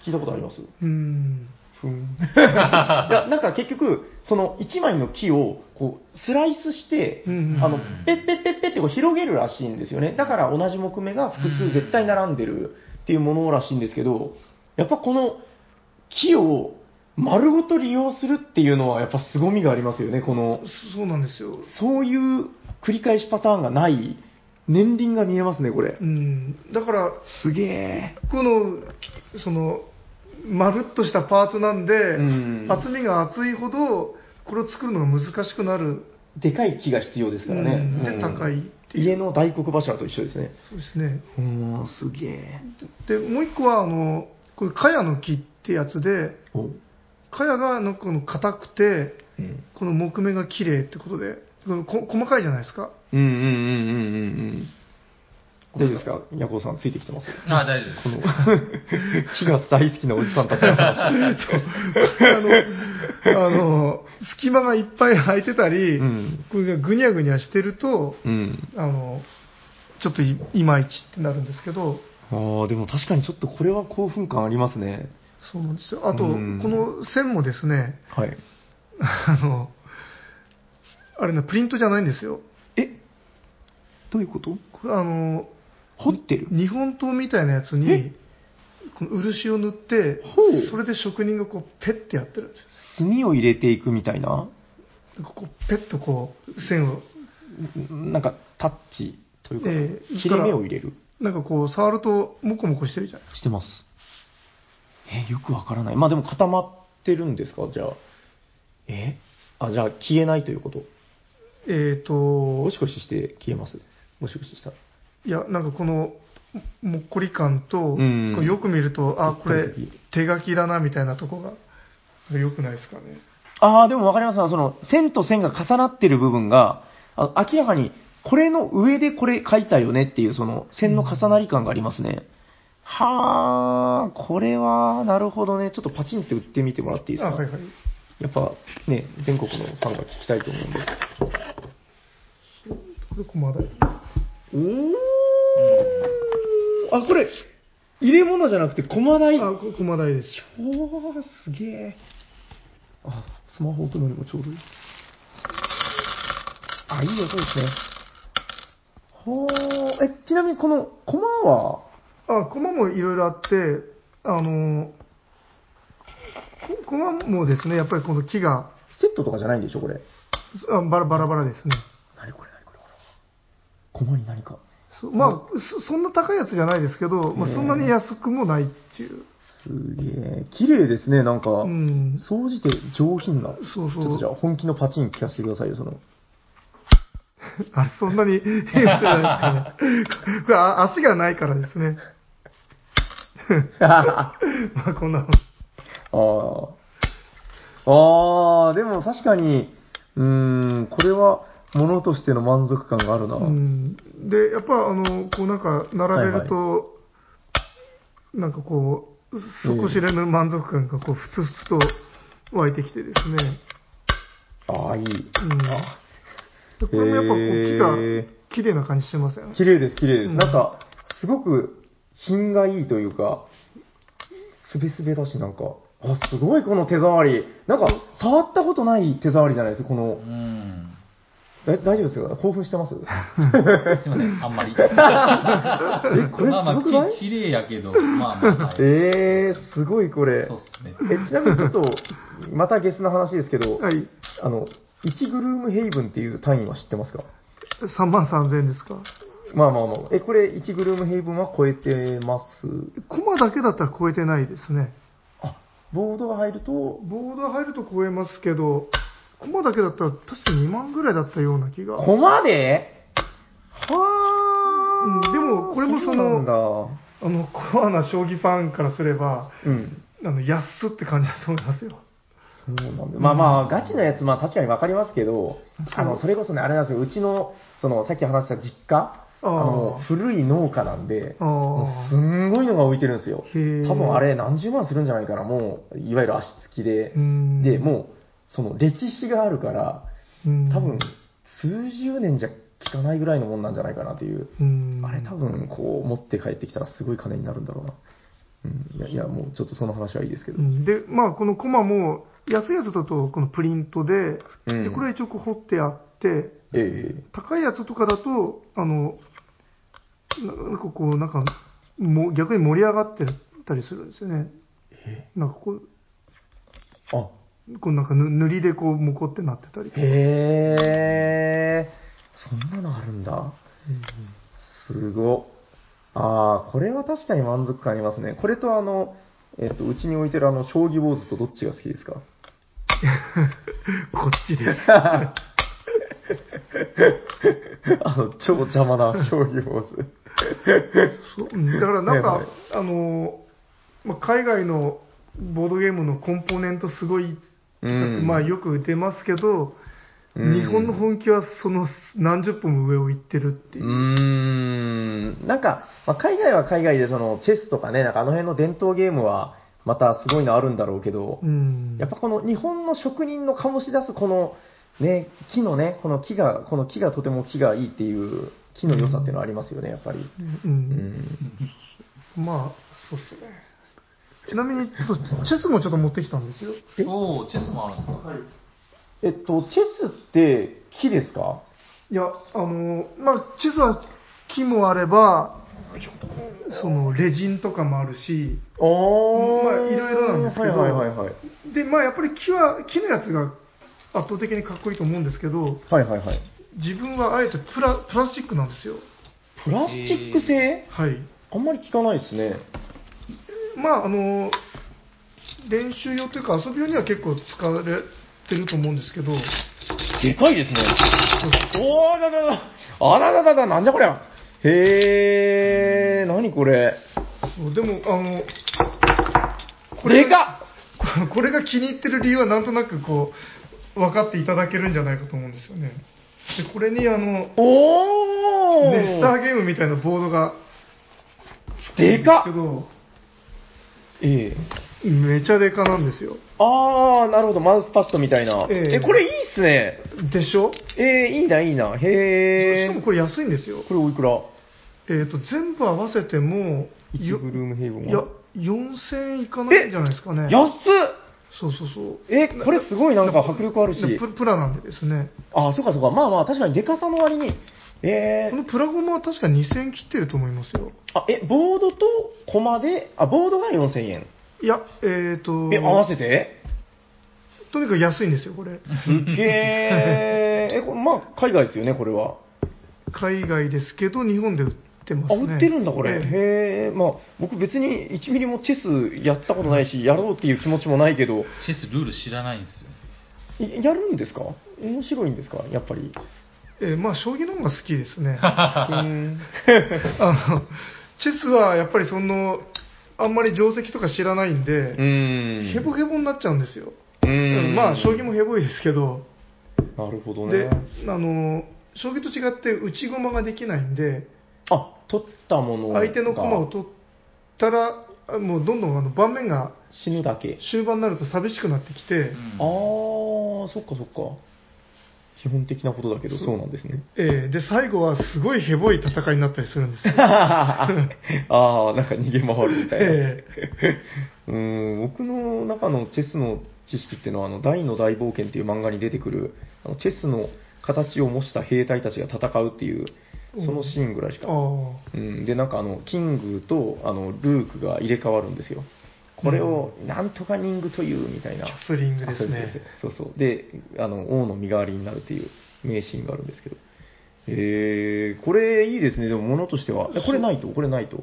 聞いたことあります
うん。
ふんい
[laughs]
やなんか結局、その1枚の木をこうスライスして
う、ん。
あのペッペッペッペッってこう広げるらしいんですよね。だから同じ木目が複数絶対並んでるっていうものらしいんですけど、やっぱこの木を丸ごと利用するっていうのはやっぱ凄みがありますよね。この、
そうなんですよ。
そういう繰り返しパターンがない年輪が見えますね、これ
う。ん。だから、
すげえ。
この、その、まるっとしたパーツなんで、
ん
厚みが厚いほど、これを作るのが難しくなる。
でかい木が必要ですからね。
うんで
うん
高いっていう
家の大黒柱と一緒ですね。
そうですね。
うん、すげえ。
で、もう一個は、あの、これ、カヤの木ってやつで、
お
カヤが、あの、この硬くて、
うん
この木目が綺麗ってことで、このこ細かいじゃないですか。
うんうんうんうんうんうん。大丈夫ですかヤコウさん、ついてきてます
ああ、大丈夫で
この
す。、
[laughs] 木が大好きなおじさんたちの話。
あの、あの、隙間がいっぱい空いてたり、
うん
これがぐにゃぐにゃしてると、
うん。
あの、ちょっといいまいちってなるんですけど、
ああ、でも確かにちょっとこれは興奮感ありますね。
そうなんですよ。あと、
うん
この線もですね、
はい。
あの、あれね、プリントじゃないんですよ。
えどういうこと
これあの、
掘ってる
日本刀みたいなやつ
え
に、この漆を塗って
ほう、
それで職人がこう、ペッてやってるんですよ。
炭を入れていくみたいな
こうペッとこう線を
なんかタッチというか、
ええ
切れ目を入れる
なんかこう触るとモコモコしてるじゃないですか
してますえよくわからないまあでも固まってるんですかじゃあえあじゃあ消えないということ
えっ、と
ゴシゴシして消えますゴシゴシした
いやなんかこのもっこり感と、
うん
こうよく見るとあこれ
一般的
手書きだなみたいなとこがよくないですかね
ああでもわかりますその線と線が重なってる部分があ明らかにこれの上でこれ書いたよねっていうその線の重なり感がありますね、はあこれはなるほどねちょっとパチンって打ってみてもらっていいです
あ
か
はいはい
やっぱね、全国のファンが聞きたいと思うんで。
これ駒台
おおあ、これ、入れ物じゃなくて駒台。
あ
お
こ駒台です
ー、すげえ。あ、スマホ置くのにもちょうどいい。あ、いい音ですね。ほー、え、ちなみにこの駒は、
あ駒もいろいろあってあのこ駒もですねやっぱりこの木が
セットとかじゃないんでしょ、これ。
あバラバラバラですね
なにこれ、なにこれ、これ。駒に何か。
そまあ、そそんな高いやつじゃないですけど、まあ、
うん
そんなに安くもないっていう、
すげえ。綺麗ですね、なんか。
うん、 [laughs]
総じて上品な。
そうそう
ちょっとじゃあ本気のパチン聞かせてくださいよ、その。
あそんなに [laughs] 言ってないですかね。これあ足がないからですね。 [laughs]
あ
まあこんなもん
あ。ああ、でも確かに、うーん、これは物としての満足感があるな。
うん、で、やっぱあの、こうなんか並べると、なんかこう、底知れぬ満足感がこう、ふつふつと湧いてきてですね。
ああ、いい。
うん、で
あ
これもやっぱこう
へ
木
ー
が綺麗な感じしてますよね。
綺麗です、綺麗です。
うん
なんか、すごく品がいいというか、すべすべだし、なんか、あ、すごいこの手触り。なんか、触ったことない手触りじゃないですか、この
う。ん。
だ大丈夫ですか興奮して
[laughs]
ます
すいません、あんまり。
え、これ
まあ
す
ま
ご
あ、
くない
き綺麗やけど、まあまあ、はい
えー、すごいこれ。
そうっすね。
えちなみにちょっと、またゲスの話ですけど、
はい。
あの、1グルームヘイブンっていう単位は知ってますか
3万3000円ですか。
まあまあまあ。え、これ1グルームヘイブンは超えてます。
コマだけだったら超えてないですね。
あ、ボードが入ると、
ボーダー入ると超えますけど、コマだけだったら確か2万ぐらいだったような気が。
コマでは
うんでもこれもその
うなんだ。
あの、コアな将棋ファンからすれば、
うん。
あの、安っって感じだと思いますよ。
そうなんだ。まあまあ、ガチなやつ、まあ確かにわかりますけど、あの、それこそね、あれなんですよ、うちの、その、さっき話した実家、
あー
あの、古い農家なんで、
あ
もう
あ
す。んごいのが置いてるんですよ。
へー
多分あれ何十万するんじゃないかな、もう、いわゆる足つきで
う。ん
で、もう、その歴史があるから、
うん
多分、数十年じゃ汚いぐらいのもんなんじゃないかなという。
うん
あれ多分、こう、持って帰ってきたらすごい金になるんだろうな。うん。いや、いやもうちょっとその話はいいですけど。
うんで、まあ、このコマも、安いやつだと、このプリントで、
うん
で、これは一応こう彫ってあって、
ええ
高いやつとかだと、あの、ななんかこう、なんか、もう逆に盛り上がってたりするんですよね。なんかこう、
あ、
こうなんかぬ塗りでこう、もこってなってたりとか。
へえ。そんなのあるん [laughs] だ。すご。ああ、これは確かに満足感ありますね。これとあの、えっと、うちに置いてるあの、将棋坊主とどっちが好きですか
こっちです。
[laughs] あの、超邪魔な将棋坊主。
そううんだからなんか、
はいはい
あのー、まあ、海外のボードゲームのコンポーネントすごい、
うん。
まあよく出ますけど、
うん
日本の本気はその何十本も上を行ってるって
う
いう。
ーんなんか、まあ、海外は海外でそのチェスとかね、なんかあの辺の伝統ゲームはまたすごいのあるんだろうけど、
うん
やっぱこの日本の職人の醸し出すこのね、木のね、この木が、この木がとても木がいいっていう、木の良さっていうのはありますよね、やっぱり。
う、
うんん。
まあ、そうっすね。ちなみに、ちょっとチェスもちょっと持ってきたんですよ。
え
おお、チェスもあるんですか。
えっと、チェスって木ですか
いや、あのー、まあ、チェスは木もあれば、その、レジンとかもあるし、
お
まあいろいろなんですけど
はいはいはいはい。
で、まあやっぱり木は、木のやつが圧倒的にかっこいいと思うんですけど、
はいはいはい。
自分はあえてプラプラスチックなんですよ。
プラスチック製、
はい。
あんまり聞かないですね。
まああの、練習用というか遊び用には結構使われてると思うんですけど、
でかいですね。おーだだだあらだだだ、なんじゃこりゃ。へえ、なにこれ。
そうでも、あの、
でかっ
これ [laughs] これが気に入ってる理由はなんとなくこう、分かっていただけるんじゃないかと思うんですよね。で、これにあの、
おー
ネスターゲームみたいなボードが、
でか
け
っ
ど、
ええ
めちゃデカなんですよ。
あー、なるほど、マウスパッドみたいな。
ええ
え、これいいっすね。
でしょ
ええいいな、いいな。へえ。
しかもこれ安いんですよ。
これおいくら
えっ、と、全部合わせても、
?1 ブルームヘイブン
いや
は。、
4000円いかないんじゃないですかね。
安っ
そうそうそう。
え、これすごいなんか迫力あるし。
でププラなんでですね。
あー、そうかそうか。まあまあ、確かにデカさの割に。ええ
このプラゴマは確か2000円切ってると思いますよ。
あ、え、ボードとコマで、あ、ボードが4000円。
いや、えっ、と、
え、合わせて
とにかく安いんですよ、これ。
す
[laughs]
っげえ。え、これまあ、海外ですよね、これは。
海外ですけど、日本で売ってます
あ、
ね。
売ってるんだ、これ。
ええ
へえ。まあ、僕別に1ミリもチェスやったことないし、やろうっていう気持ちもないけど、
チェスルール知らないんですよ。
いやるんですか面白いんですかやっぱり。
ええまあ、将棋の方が好きです
[laughs]
ね。
うん。
あの、チェスはやっぱりその、あんまり定石とか知らないん
う
で、
ん。
ヘボヘボになっちゃうんですよ。
うん。
まあ、将棋もヘボいですけど、
なるほど
で
ね。、
あの、将棋と違って内駒ができないんで、
あ、取ったものが
相手の駒を取ったら、あもうどんどんあの盤面が
死ぬだけ。
終盤になると寂しくなってきて、
うん
あー、そっかそっか。基本的なことだけど、そうなんですね。。
ええで、最後はすごいヘボい戦いになったりするんですよ
[laughs] ああ、なんか逃げ回るみたいな。
え
うーん僕の中のチェスの知識っていうのは、あの、大の大冒険っていう漫画に出てくる、あのチェスの形を模した兵隊たちが戦うっていう、そのシーンぐらいし
あ
か。
あ。
うん、で、なんかあの、キングと、あの、ルークが入れ替わるんですよ。これを、なんとかニングという、みたいな。
キャスリングです
あそう
ね。
そうそうそう。で、あの、王の身代わりになるっていう名シーンがあるんですけど。えー、これいいですね、でも物としては。えこれないと、これないと。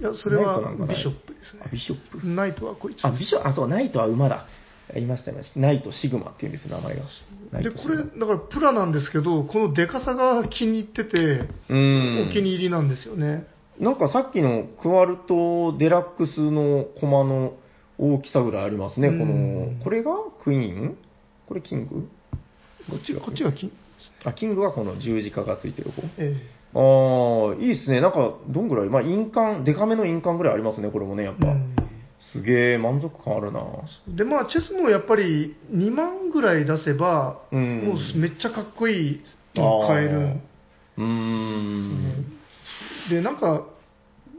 いや、それは
ナイトなんかない
ビショップです
あ、
ね。
ビショップ。
ナイトはこいつ
あ、ビショ、あ、そう、ナイトは馬だ。言いましたね。ナイト、シグマっていうんですよ、名前が。ナイ
で、
ト
こ
シグ
れ、
マ
だからプラなんですけど、このデカさが気に入ってて、
う
お気に
ん。
入りなんですよね。
なんかさっきのクワルトデラックスの駒の大きさぐらいありますね。こ
うん
の、これがクイーンこれキングどっちが
こっちが金、
あ、キングはこの十字架がついてる方。
え
ああ、いいですね。なんか、どんぐらいまあ、印鑑、デカめの印鑑ぐらいありますね、これもね、やっ
え
ぱ。すげえ、満足感あるな。
うんで、まあ、チェスもやっぱり2万ぐらい出せば、
うん
もうめっちゃかっこいいのを買えるん
うーん。
で、なんか、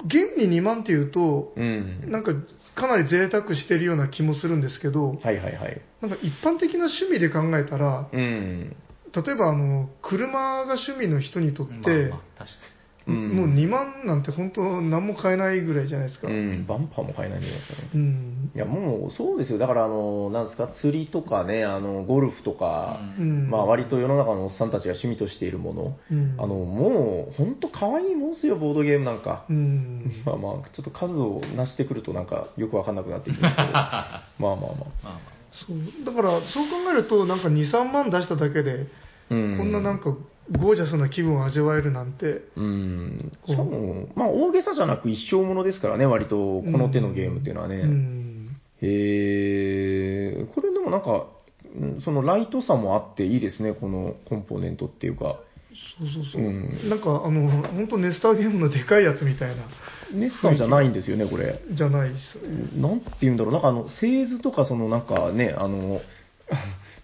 現に2万っていうと、
うん。
なんか、かなり贅沢してるような気もするんですけど、
はいはいはい。
なんか一般的な趣味で考えたら、
うん。
例えばあの、車が趣味の人にとって、
まあまあ確か
うん
もう2万なんて本当何も買えないぐらいじゃないですか。
う
うん。
ん。バンパーも買えないんじゃないですかね。
うん。
いや、もうそうですよ。だから、あの、なんですか、釣りとかね、あの、ゴルフとか、
に。
うん、
まあ、割と世の中のおっさんたちが趣味としているもの、
うん、
あの、もう、ほんと可愛いもんですよ、ボードゲームなんか
う。ん。
まあまあ、ちょっと数をなしてくるとなんか、よくわかんなくなってきます [laughs] けど、まあまあまあ。
まあま
そう。だから、そう考えると、なんか2、3万出しただけで、
こ
こんななんかゴージャスな気分を味わえるなんて、
うん、しかも、まあ、大げさじゃなく一生ものですからね、割と、この手のゲームっていうのはね。
うん。
へえ、これでもなんか、うんそのライトさもあっていいですね、このコンポーネントっていうか。
そうそうそう。
うん
なんか、あの、本当ネスターゲームのでかいやつみたいな、
ネスタじゃないんですよね、これ。
じゃないですね。
なんて言うんだろう、なんかあの、製図とか、そのなんかね、あの、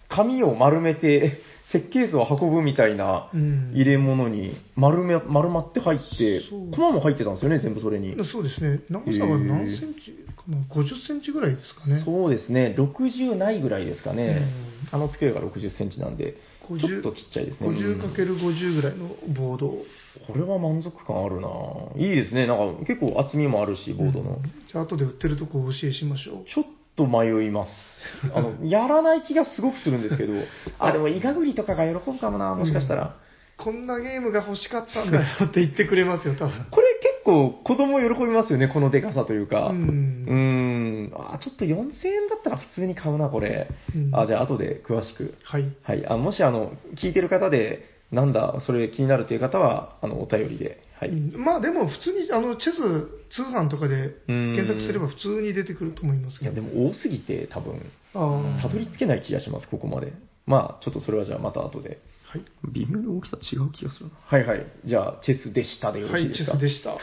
紙を丸めて、設計図を運ぶみたいな
うん。
入れ物に丸め、丸まって入って
そう、
コマも入ってたんですよね、全部それに。
そうですね。長さが何センチかな ?50 センチぐらいですかね。
そうですね、60ないぐらいですかね。
う
あの机が60センチなんで、
50
ちょっとちっちゃいですね。うん
50×50 ぐらいのボードを。
これは満足感あるないいですね。なんか結構厚みもあるし、ボードの。
じゃあ、後で売ってるとこお教えしましょう。
ちょっと迷います。あ [laughs] の、やらない気がすごくするんですけど、あ、でもイガグリとかが喜ぶかもな、もしかしたら。
こんなゲームが欲しかったんだよって言ってくれますよ、多分。
これ結構子供喜びますよね、このデカさというか。
う。
うんん。あ、ちょっと4000円だったら普通に買うな、これ。
うん
あ、じゃあ後で詳しく。
はい。
はい。あもし、あの、聞いてる方で、なんだ、それ気になるという方は、あの、お便りで。はい。
うんまあでも普通に、あの、チェス通販とかで
うん
検索すれば普通に出てくると思います
い
け
や、
ど。
でも多すぎて、多分、
ああ、は
たどり着けない気がします、ここまで。まあ、ちょっとそれはじゃあまた後で。
い。
微妙に大きさ違う気がするな。はいはい。じゃあ、チェスでしたでよろ
は
しい
い、
で
チ
す
ェ
か、
スでした。
[laughs]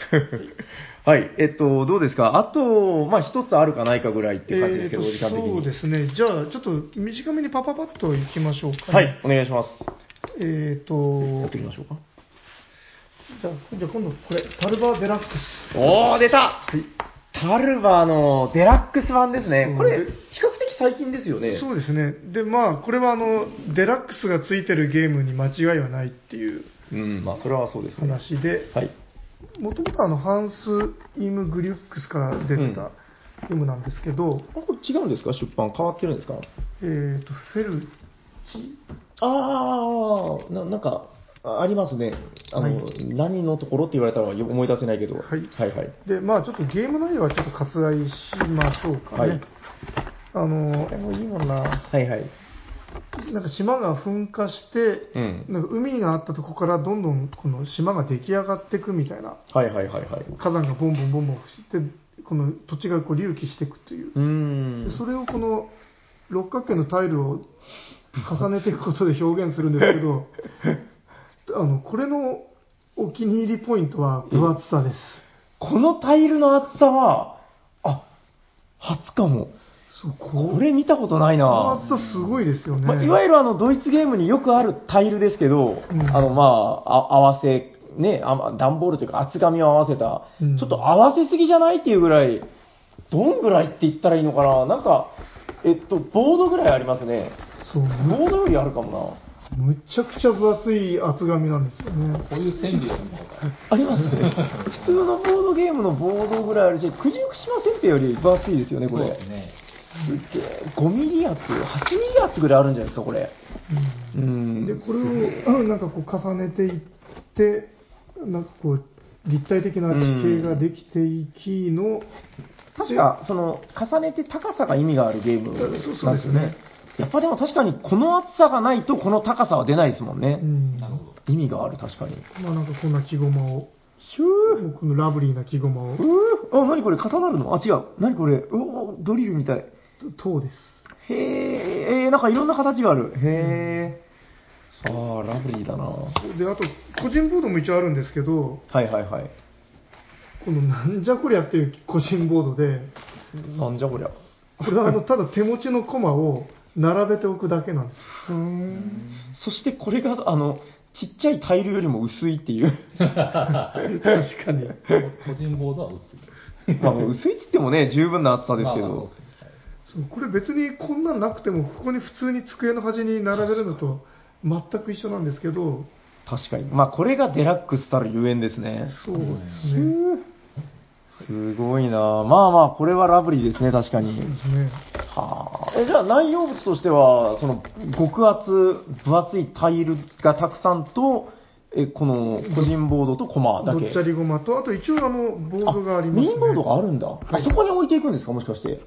はい。えっと、どうですかあと、まあ、一つあるかないかぐらいっていう感じですけど、
えー
お
と
時間的に。
そうですね。じゃあ、ちょっと短めにパパパッといきましょうか、ね。
はい。お願いします。
えー
や
と
っ、てみましょうか。
じゃあ、じゃあ今度これ、タルバーデラックス。
おー、出た、タルバのデラックス版ですね。
そう
これ、比較的最近ですよね。
そうですね。で、まあ、これはあの、デラックスがついてるゲームに間違いはないっていう
うん、まあ、それはそうですね。は
話で、
い。
もともとあの、ハンス・イム・グリュックスから出て
うん
たゲームなんですけど、
あこれ違うんですか出版変わってるんですか
えーと、フェルチ、
ああ、ななんか、あありますね。あの、
は
何のところって言われたらよ思い出せないけど。
はい
はいはい。
で、まあ、ちょっとゲーム内容はちょっと割愛しましょうかね。
はい
あの
これ、もいいもんな。はいはい。
なんか島が噴火して、
うん。
なんか海があったとこからどんどんこの島が出来上がっていくみたいな、
はいはいはいはい。
火山がボンボンボンボンして、この土地がこう隆起していくという
うー。ん
で。それをこの六角形のタイルを重ねていくことで表現するんですけ
[laughs]
ど、あの、これのお気に入りポイントは分厚さです。
このタイルの厚さは、あ、初かも。
そう、こ
こ
れ
れ見たことないな。
の厚さすごいですよね。
まあ、いわゆるあのドイツゲームによくあるタイルですけど、
うん
あのまあ、あ合わせ、ね、あま段ボールというか厚紙を合わせた、
うん
ちょっと合わせすぎじゃないっていうぐらい、どんぐらいって言ったらいいのかな、なんか、えっと、ボードぐらいありますね。
そう、む
ボードよりあるかも
むちゃくちゃ分厚い厚紙なんですよね
あ。こういう線でやるのか。
な。ありますね。 [laughs] 普通のボードゲームのボードぐらいあるし、九十九島せんべいより分厚いですよね、こ
そう
れ。
です
[laughs]
ね。
すっげえ5ミリ厚、8ミリ厚ぐらいあるんじゃないですか、これ。
うん
うん。
でこれをうんなんかこう重ねていってなんかこう立体的な地形ができていきの、
確か、その、重ねて高さが意味があるゲームなんです
そ
よ
う
ね。
そうですね
やっぱでも確かに、この厚さがないと、この高さは出ないですもんね。
うん
なるほど。
意味がある、確かに。
まあなんかこんな木駒を
シュー
もうこのラブリーな木駒を
うーあ、なにこれ重なるのあ、違う。なにこれうおドリルみたい。
塔です
へえ、えー、なんかいろんな形がある。へえ。ああ、ラブリーだな。は
であと個人ボードも一応あるんですけど
いはいはい。
このなんじゃこりゃっていう個人ボードで
なんじゃこりゃ。
これはあ [laughs] のただ手持ちの駒を並べておくだけなんです
うーんそしてこれが、あの、ちっちゃいタイルよりも薄いっていう。
確かに。
個人ボードは薄い。
まあもう薄いって言ってもね、十分な厚さですけ
まあまあそう
ど
で。すね
そう、これ別にこんなんなくても、ここに普通に机の端に並べるのと全く一緒なんですけど、
確かに。まあこれがデラックスたるゆえんですね。
そうですね。
すごいなあまあまあ、これはラブリーですね、確かに
そう。ですね。
はあ。え、じゃあ内容物としては、その、極厚、分厚いタイルがたくさんと、え、この、個人ボードとコマだ
ど
け。
っちゃりごまと、あと一応あの、ボードがあります、
メ
ね。
インボードがあるんだ。あそこに置いていくんですか、もしかして。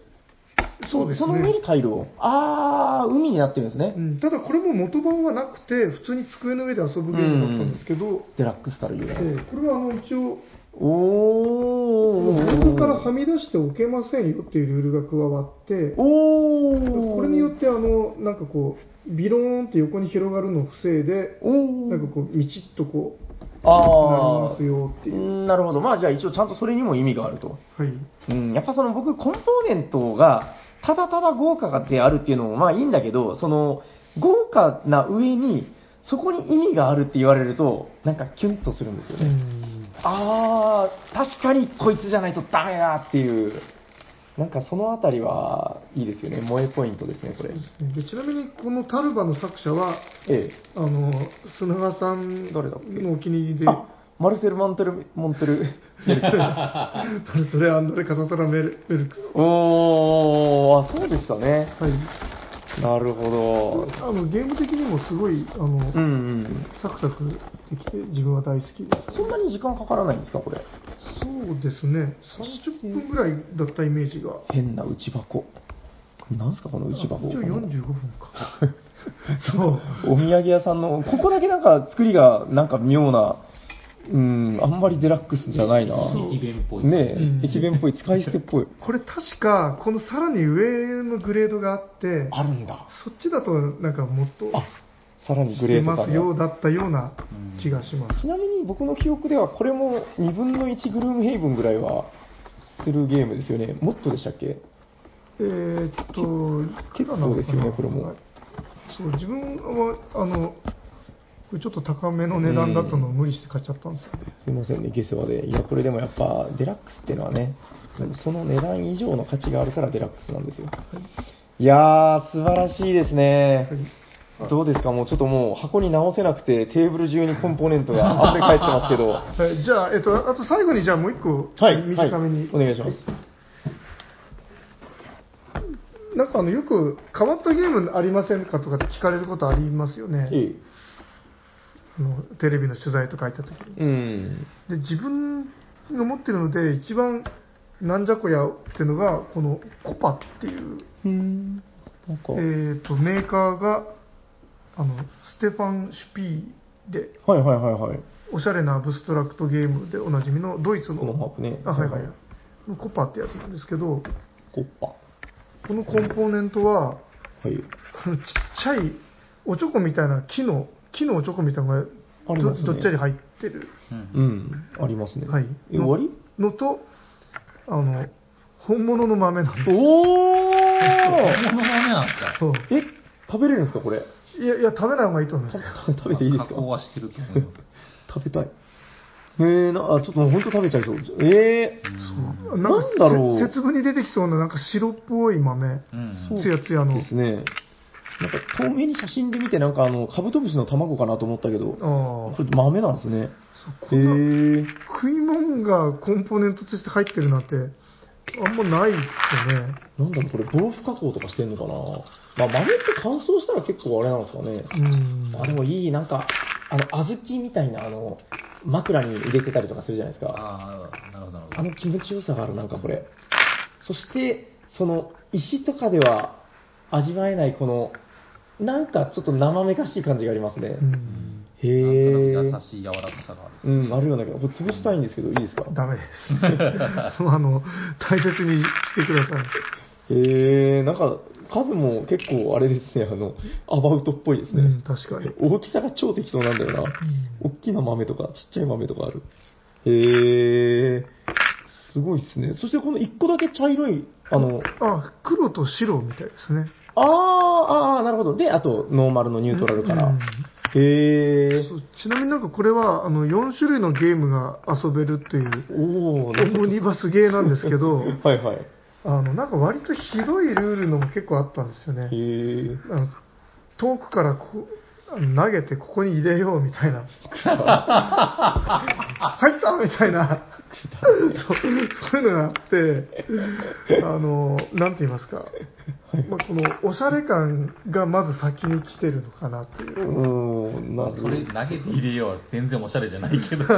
そうです
その上
ね
に。タイルを。あー、海になってるんですね
う。ん、ただこれも元版はなくて、普通に机の上で遊ぶゲームだったんですけど、
デラックスたるゆ
え
えん。
ーこれはあの一応、ボ
おー。
ードからはみ出しておけませんよっていうルールが加わって、
おー。
これによってあの、なんかこう、ビローンって横に広がるのを防いで、
おー。
なんかこう、みちっとこう、
あー
なりますよっていう。
うんなるほど。まあじゃあ一応ちゃんとそれにも意味があると。
はい。
うん、やっぱその僕、コンポーネントが、ただただ豪華であるっていうのもまあいいんだけど、その、豪華な上に、そこに意味があるって言われると、なんかキュンとするんですよね。あー、確かにこいつじゃないとダメだっていう。なんかそのあたりはいいですよね。萌えポイントですね、これ。
でちなみにこのタルバの作者は、
え
あの、砂川さん
誰だっけ
のお気に入り
え。
で、
あ、マルセル・モンテル、モンテル。
[laughs] それアンドレ・カササラ・メルメルクス。
おー、あ、そうでしたね。
はい。
なるほ
あの、ゲーム的にもすごい、あの、
ど。うんうん。
サクサクできて自分は大好きです。
そんなに時間かからないんですか、これ。
そうですね。30分ぐらいだったイメージが。
変な内箱。なんすか、この内箱。
一応
この
45分か。
[laughs]
そう。
お土産屋さんの、ここだけなんか作りがなんか妙な、うん、あんまりデラックスじゃないな。
そう
駅弁っぽい。
ね
うん
え、駅弁っぽい、使い捨てっぽい。
これ確か、このさらに上のグレードがあって、
あるんだ。
そっちだとなんかもっと
あ、さらにグ
出
レード
ま
か
すよ
な。
うだったような気がします。
ちなみに僕の記憶では、これも2分の1グルームヘイブンぐらいはするゲームですよね。もっとでしたっけ
えーっと、いくらなの
そう
かな
ですよねこれも
はいそう、自分は、あの、これちょっと高めの値段だったのを無理して買っちゃったんですよね。
すいませんね、下世話で。いや、これでもやっぱ、デラックスっていうのはね、その値段以上の価値があるからデラックスなんですよ。いやー、素晴らしいですね。
はい
どうですかもうちょっともう箱に直せなくて、テーブル中にコンポーネントが溢れ返ってますけど。は
はい、じゃあ、えっと、あと最後に、じゃあもう一個、
い、はい
短めに、
お願いします。
なんかあの、よく変わったゲームありませんかとかって聞かれることありますよね。
え
あのテレビの取材とか行った時に。
えうん。
で、自分の持ってるので、一番、なんじゃこやっていうのが、このコパっていう、
うん。なんか、
えー、とメーカーがあのステファン・シュピーで
はいはいはいはい。
おしゃれなアブストラクトゲームでおなじみのドイツの
このマークね
あはいはいはいのコパってやつなんですけど
コッパ。は
このコンポーネントは
はい。
このちっちゃいおちょこみたいな木の木のおちょこみたいなのが
あり
ど,、
ますね
っちゃり入ってる、
うん
うん。ありますね。
はい、
え、終
の
わり
のとあの本物の豆なんです
おー
この豆なんですか
そう
え、食べれるんですかこれ。
いやいや食べない方がいいと思いますよ
た [laughs] 食べていいですか
加工はしてると思います。
食べたい。えー、な、あ、ちょっともう本当食べちゃいそう。え
そうなんか
なんだろう
せ節分に出てきそうななんか白っぽい豆
うん
そう
つやつや
ー、
の
ですね。なんか透明に写真で見てなんかあの、カブトムシの卵かなと思ったけど、
あ
こ
あ
れ豆なんですね。
そうこ
え
んな
ー、
食い物がコンポーネントとして入ってるなんてあんまないっすよね
なんだろうこれ、防腐加工とかしてんのかなまあ、豆って乾燥したら結構あれなんですかね。
うん
あ、でもいい、なんか、あの、小豆みたいなあの、枕に入れてたりとかするじゃないですか。
ああ、なるほど、なる
あ
ほど。
の気持ちよさがある、なんかこれ。そして、その、石とかでは味わえない、この、なんかちょっと生めかしい感じがありますね
う。ん、
へ
なん
え
と。なく優しい柔らかさがある。
うん、あるようなけど、これ潰したいんですけど、いいですか
ダメです
[laughs]
あの大切にしてください
へえ、なんか、数も結構あれですね、あの、アバウトっぽいです
う
ね
ん。確かに、
大きさが超適当なんだよな。大きな豆とか、ちっちゃい豆とかある。へえ、すごいですね。そしてこの一個だけ茶色い、あの、
あ黒と白みたいですね
あーあー、なるほど。で、あと、ノーマルのニュートラルから。
うん
へへえ。
そうちなみになんかこれはあの4種類のゲームが遊べるっていう
おお、
オムニバスゲーなんですけど
はいはい。へ
あのなんか割と広いルールのも結構あったんですよね
え。
あの遠くからこあの投げてここに入れようみた
[laughs]
いな入ったみたいなそうそういうのがあってあのなんて言いますか、まあ、このおしゃれ感がまず先に来てるのかなっ
[laughs]
ていう
うーん、なる
そ
ほ
れ
ど。
投げて入れようは全然おしゃれじゃないけど
あ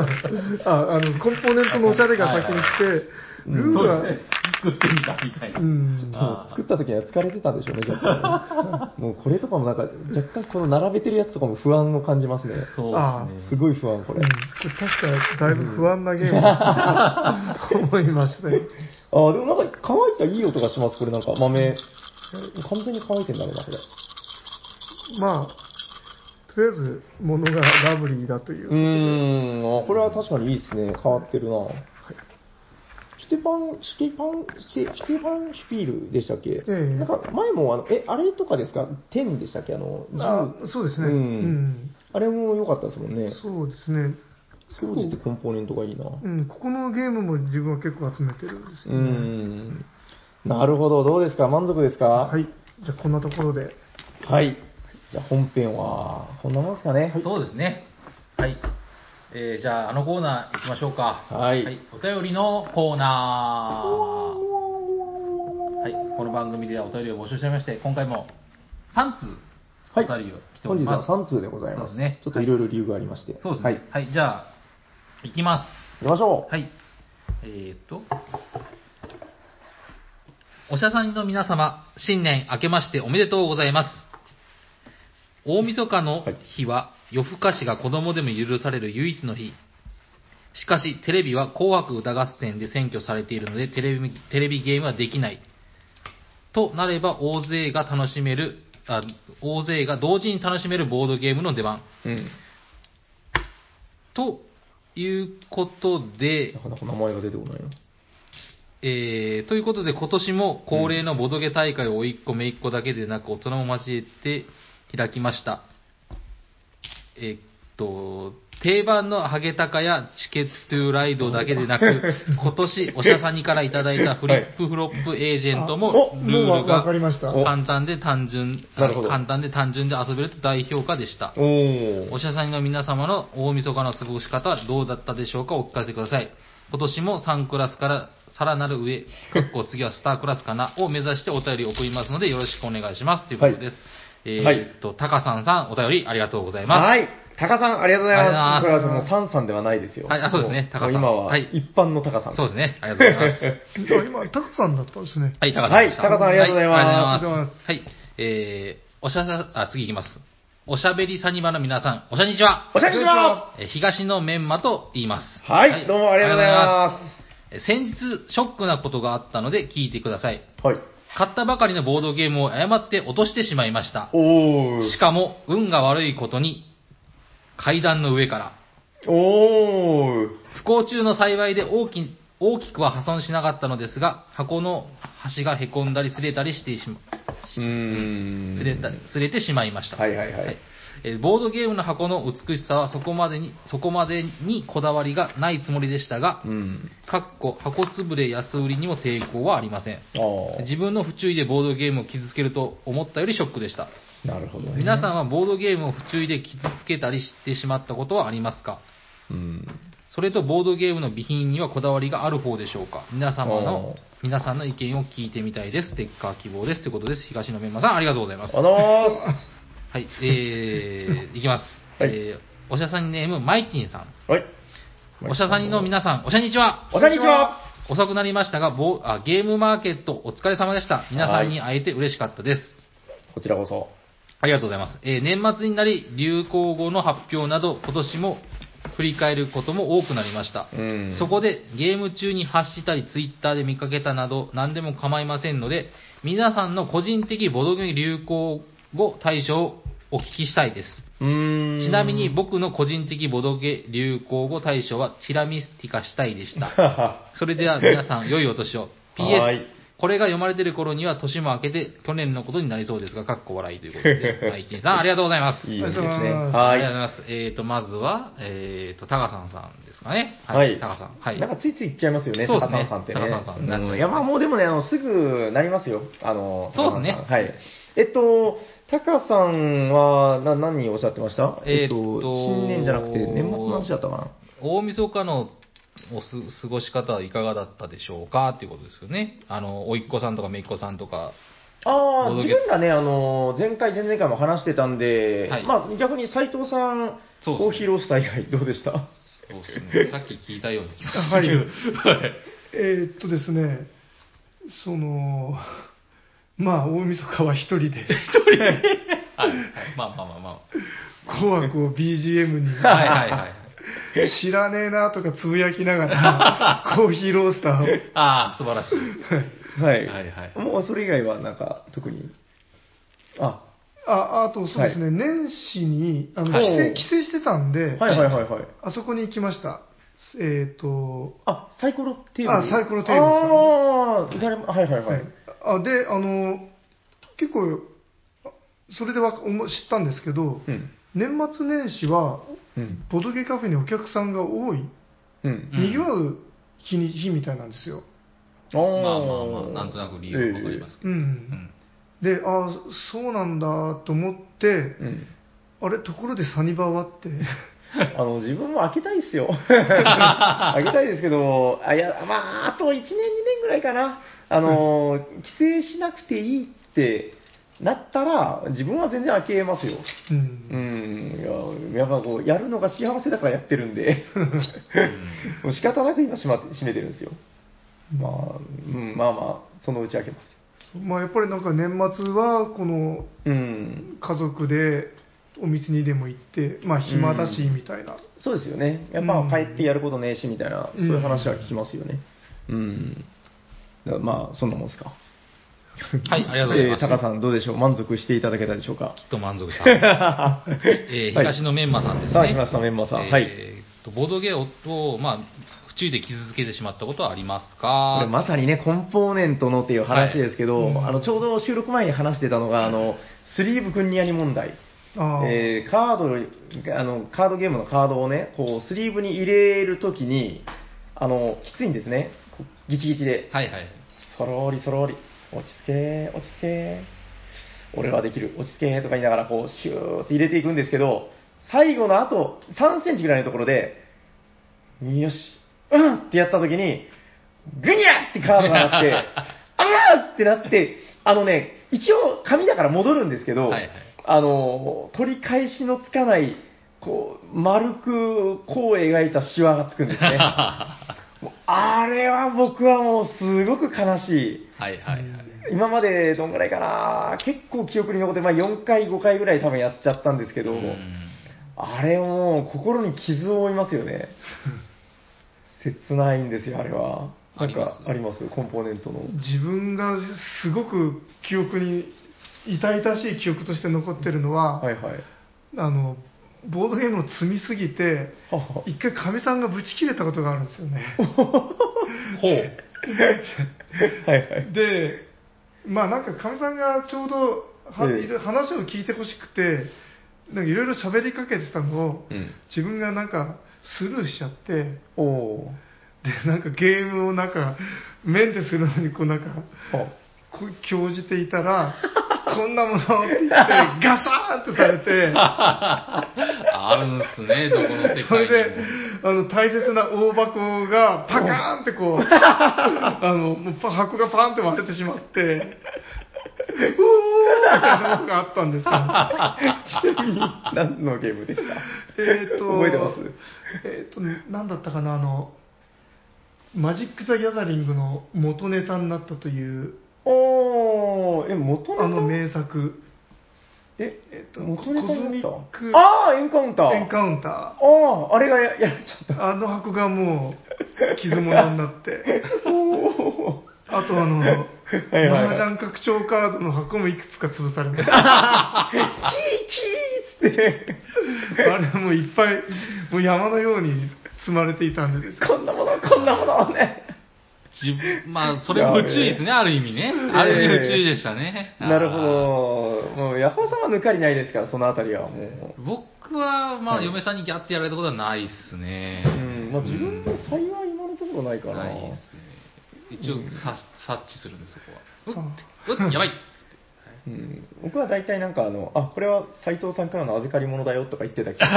あのコンポーネントのおしゃれが先に来てルール
そう
が
ですね作ってみたみたいな、
うん
でも作った時には疲れてたんでしょうね、
[laughs]
若干。もうこれとかもなんか、若干この並べてるやつとかも不安を感じますね。
そうですね
すごい不安、こ
うん
れ。
これ確かだいぶ不安なゲームだなと思いましたね。
ああ、でもなんか乾いたいい音がします、これなんか豆。完全に乾いてんだろうな、これ。
まあ、とりあえず、ものがラブリーだというう。
ーん、あこれは確かにいいですね。変わってるな。シュテパン、シュテパン、シュテシュテパンシュピールでしたっけ、
え
なんか前もあの、え、あれとかですか天でしたっけあの、銃
あそうですね。
う
うんん。
あれも良かったですもんね。
そうですね。
掃除ってコンポーネントがいいな。
うん、ここのゲームも自分は結構集めてるんです
う
よ、
ん。なるほど。どうですか満足ですか
はい。じゃあ、こんなところ [laughs] で。
はい。じゃあ本編は、こんなもんですかね。
そうですね。はい。えーじゃあ、あのコーナー行きましょうか。
はい
お便りのコーナー。はい。この番組ではお便りを募集しておりまして、今回も3通お
はい。
便りを来てお
本
り
日
ま
は
す。
3通でございます。
そうですね
ちょっといろいろ理由がありまして。
そうです
は
ね
い。。
はい。じゃあ、行きま
行きましょ
す。
う。
はい。えー、っと。おしゃさんの皆様、新年明けましておめでとうございます。大晦日の日は夜更かしが子供でも許される唯一の日。しかし、テレビは紅白歌合戦で占拠されているので、テレビ、テレビゲームはできない。となれば、大勢が楽しめる、あ、大勢が同時に楽しめるボードゲームの出番。
うん。
ということで
な、かなか名前が出てこないな。
えーということで今年も恒例のボドゲ大会を甥っ子姪っ子だけでなく大人も交えて開きました。えっと、定番のハゲタカやチケットゥーライドだけでなく、
[laughs]
今年おしゃさにからいただいたフリップフロップエージェントも
あお
ルー
も
ル
う
が
わかりました
お
簡単で単純、
なるほど
簡単で単純で遊べると大評価でした。
お
お
お。
しゃさんの皆様の大晦日の過ごし方はどうだったでしょうかお聞かせください。今年も3クラスからさらなる
[laughs]
上、かっこ次はスタークラスかなを目指してお便りを送りますのでよろしくお願いしますということです。え
はい
ーっと、タカさんさんお便りありがとうございま
はい。タカさん、ありがとうございます。
ありがとうござい
も
ま
う
す
サンさんではないですよ。
はいあそうですね
も
タカさん
もう今は
はい
一般のタカさん。
す。そうですね。ありがとうございます。
あ、今、タクさんだったんですね。
[laughs]
はい、高さんでした。
はい高さんありがとうございます
はありがとうございます。はい、えー、おしゃさ、あ、次いきます。おしゃべりサニバの皆さん、おしゃにちは。
[laughs] おしゃにちは
えー東のメンマと言います。
はいどうもありがとうございます
ありがとうございます。えー先日、ショックなことがあったので聞いてください。
はい。
買ったばかりのボードゲームを誤って落としてしまいました。
お
しかも、運が悪いことに、階段の上から。
お。おお。
不幸中の幸いで大き大きくは破損しなかったのですが、箱の端がへこんだり擦れたりしてしま、
うーん。
擦れた擦れてしまいました、
はいはいはい。
えーボードゲームの箱の美しさはそこまでにそこまでにこだわりがないつもりでしたが
う、ん。
かっこ箱つぶれ安売りにも抵抗はありません
ああ。
自分の不注意でボードゲームを傷つけると思ったよりショックでした
なるほどね。
皆さんはボードゲームを不注意で傷つけたりしてしまったことはありますか
うん。
それとボードゲームの備品にはこだわりがある方でしょうか皆様の
あー
皆さんの意見を聞いてみたいですステッカー希望ですということです東野メンマさんありがとうございます
あのーす。
はい、えー、 [laughs] いきます。
はい
えー、おしゃさんにネーム、マイチンさん。
はい。
おしゃさんにの皆さん、おしゃにちは。
おしゃにちは
遅くなりましたが、ぼあゲームマーケットお疲れ様でした。皆さんに会えて嬉しかったです。
こちらこそ。
ありがとうございます。えー、年末になり、流行語の発表など、今年も振り返ることも多くなりました。
うん。
そこでゲーム中に発したり、ツイッターで見かけたなど、何でも構いませんので、皆さんの個人的ボドゲ流行語大賞をお聞きしたいです。
うーん。
ちなみに、僕の個人的ボドゲ流行語大 [laughs]
[laughs]
賞はティラミスティカしたいでした。
はは
それでは皆さん良いお年を。
はー
PS
い、
これが読まれてる頃には年も明けて去年のことになりそうですが、かっこ笑いということで、はい、金さんありがとうございます。
いいですね。
ありがとうございます
あ
は
りがとうござ
い。
います。えっ、と、まずは、えっ、と、タガさんさんですかね。
はい
タガさん。はい。
なんかついつい行っちゃいますよね、
そうです
高
ね
田さんって
高田さんになっちゃいます
うんいや、まあもうでもね、あの、すぐなりますよ。あの、
そうですね
高田さんはい。えっと、タカさんは、な、何をおっしゃってました
えっと
新年じゃなくて、年末の話だったかな。
大晦日のおす過ごし方はいかがだったでしょうかっていうことですよね。あの、おいっ子さんとかめいっ子さんとか。
ああ、
ボード
自
ゲーム
分らね、あの、前回、前々回も話してたんで、
はい
まあ逆に斉藤さん
そうですね
を披露した以外、どう
[laughs]
でした
そうですね。さっき聞いたように聞きまし
[laughs] は
た
い
けど。はい。
えーっとですね、その、まあ、大晦日は一人 [laughs] で、
はい。まあまあまあま
紅白を BGM に、
あ。はいはいはい。
知らねえなとかつぶやきながら、コーヒーロースターを。
ああ、素晴らしい。
[laughs]
はい。
はいはい
もうそれ以外は、なんか、特に。あ、
ああと、そうですね、年始にあの
はい
帰省帰省してたんで、
はいはいはいはい。
あそこに行きました。えっ、と、
あ、サイコロテーブル。
あサイコロテーブルさん
ああ、誰も、はいはいは
はいい。、あで、あの、結構、あそれでわかおも知ったんですけど、
うん。
年末年始は、
うん。
ボドゲカフェにお客さんが多い、
う
うん。
ん
賑わう日に日みたいなんですよ。
あー
まあまあまあ、なんとなく理由はわかりますけ
う
ど。
ん。で、ああ、そうなんだと思って
ええ、うん。
あれ、ところでサニバは
[laughs]
って、
あの、自分も開けたいっす [laughs] よ。開けたいですけど、あ、いや、まあ、あと1年、2年ぐらいかな。あの、帰省しなくていいってなったら、自分は全然開けますよ。
う。
うんん、いや、やっぱこう、やるのが幸せだからやってるんで、 [laughs] もう仕方なく今閉まって、閉めてるんですよ。まあ、うん、まあまあ、そのうち開けます。
まあ、やっぱりなんか年末は、この、
うん、
家族でお店にでも行って、まあ、暇だし、みたいな。
そうですよね。やっぱ
うん
帰ってやることねえし、みたいな、そういう話は聞きますよね。うん。だからまあ、そんなもんですか。
はい、ありがとうございます。
えータカさん、どうでしょう満足していただけたでしょ
[laughs]
うか
きっと満
[laughs]
足した。えー
はい
東のメンマさんですね。
さあ、来ました、メンマさん。はい。
えーとボードゲームを、まあ、不注意で傷つけてしまったことはあります
これ
か
まさにね、コンポーネントのっていう話ですけど、
はい
あのちょうど収録前に話してたのが、あのスリーブ君にやり問題。
ああ
えーカードあの、カードゲームのカードをね、こう、スリーブに入れるときに、あの、きついんですね。こうギチギチで。
はいはい。
そろりそろり、落ち着け、落ち着け、俺はできる、落ち着けとか言いながら、こう、シューって入れていくんですけど、最後のあと、3センチぐらいのところで、よし、うんってやった時に、ぐにゃってカードがなって、 [laughs] あーってなって、あのね、一応紙だから戻るんですけど、
はいはい
あの、取り返しのつかない、こう、丸く、こう描いたシワがつくんですね。 [laughs] もうあれは僕はもうすごく悲しい。
はいはいはい。
今までどんぐらいかな結構記憶に残って、まあ、4回、5回ぐらい多分やっちゃったんですけど、
うん
あれもう心に傷を負いますよ [laughs] ね。切ないんですよ、あれは。なんかあ
あ
りますコンポーネントの。
自分がすごく記憶に痛々しい記憶として残ってるのは、
はい [laughs] はい。
あのボードゲームを積みすぎて
[laughs] は
一回かみさんがブチ切れたことがあるんですよね
ほう。
はいはい。
でまあなんかかみさんがちょうどは
ええ
いろ話を聞いてほしくてなんかいろいろ喋りかけてたのを、
うん
自分がなんかスルーしちゃって
おお
でなんかゲームをなんかメンテするのにこうなんか
ー。あ
こう興じていた
[laughs]
らこんなものって言ってガシャーンってされて
あるんす
[laughs]
ね、どこの世
それ
界
で
にも。、
あの、大切な大箱がパカーンって
[laughs]
こう、あの、もうパ箱がパーンって割れてしま
[laughs]
って、うおーみたいなのがあったんです
[laughs] ちなみに何のゲームでした
けど、えっと、
覚えてます
えっと、なんだったかな、あの、マジック・ザ・ギャザリングの元ネタになったという、
おー、え、元ネタ
あの名作、
え、
えっと、
元ネタにな
コ
っ
ズミッ
たああ、エンカウンター。
ク・エンカウンタ
ああ、あれがややられちゃっ
ー、あの箱がもう、傷物にな
[laughs]
って。
た。おー
あとあの、
いはい
マージャン拡張カードの箱もいくつか潰されました。あ
キーっつって、
れもういっぱい、もう山のように積まれていたんでですよ
こんなもの、こんなものね。
自分まあ、それも不注意ですね、ある意味ね。ある意味不注意でしたね。
なるほど。もう、ヤホーさんは抜かりないですから、そのあたりはもう。
あー。僕は、まあ、
はい
嫁さんにギャってやられたことはないっすね。
うん、まあ自分も幸い今のところないかな。
ないっすね。一応、さ察知するんです、そこは。うっ、うっ、やばい
うん、僕は大体なんかあの、あ、これは斎藤さんからの預かり物だよとか言ってたけど。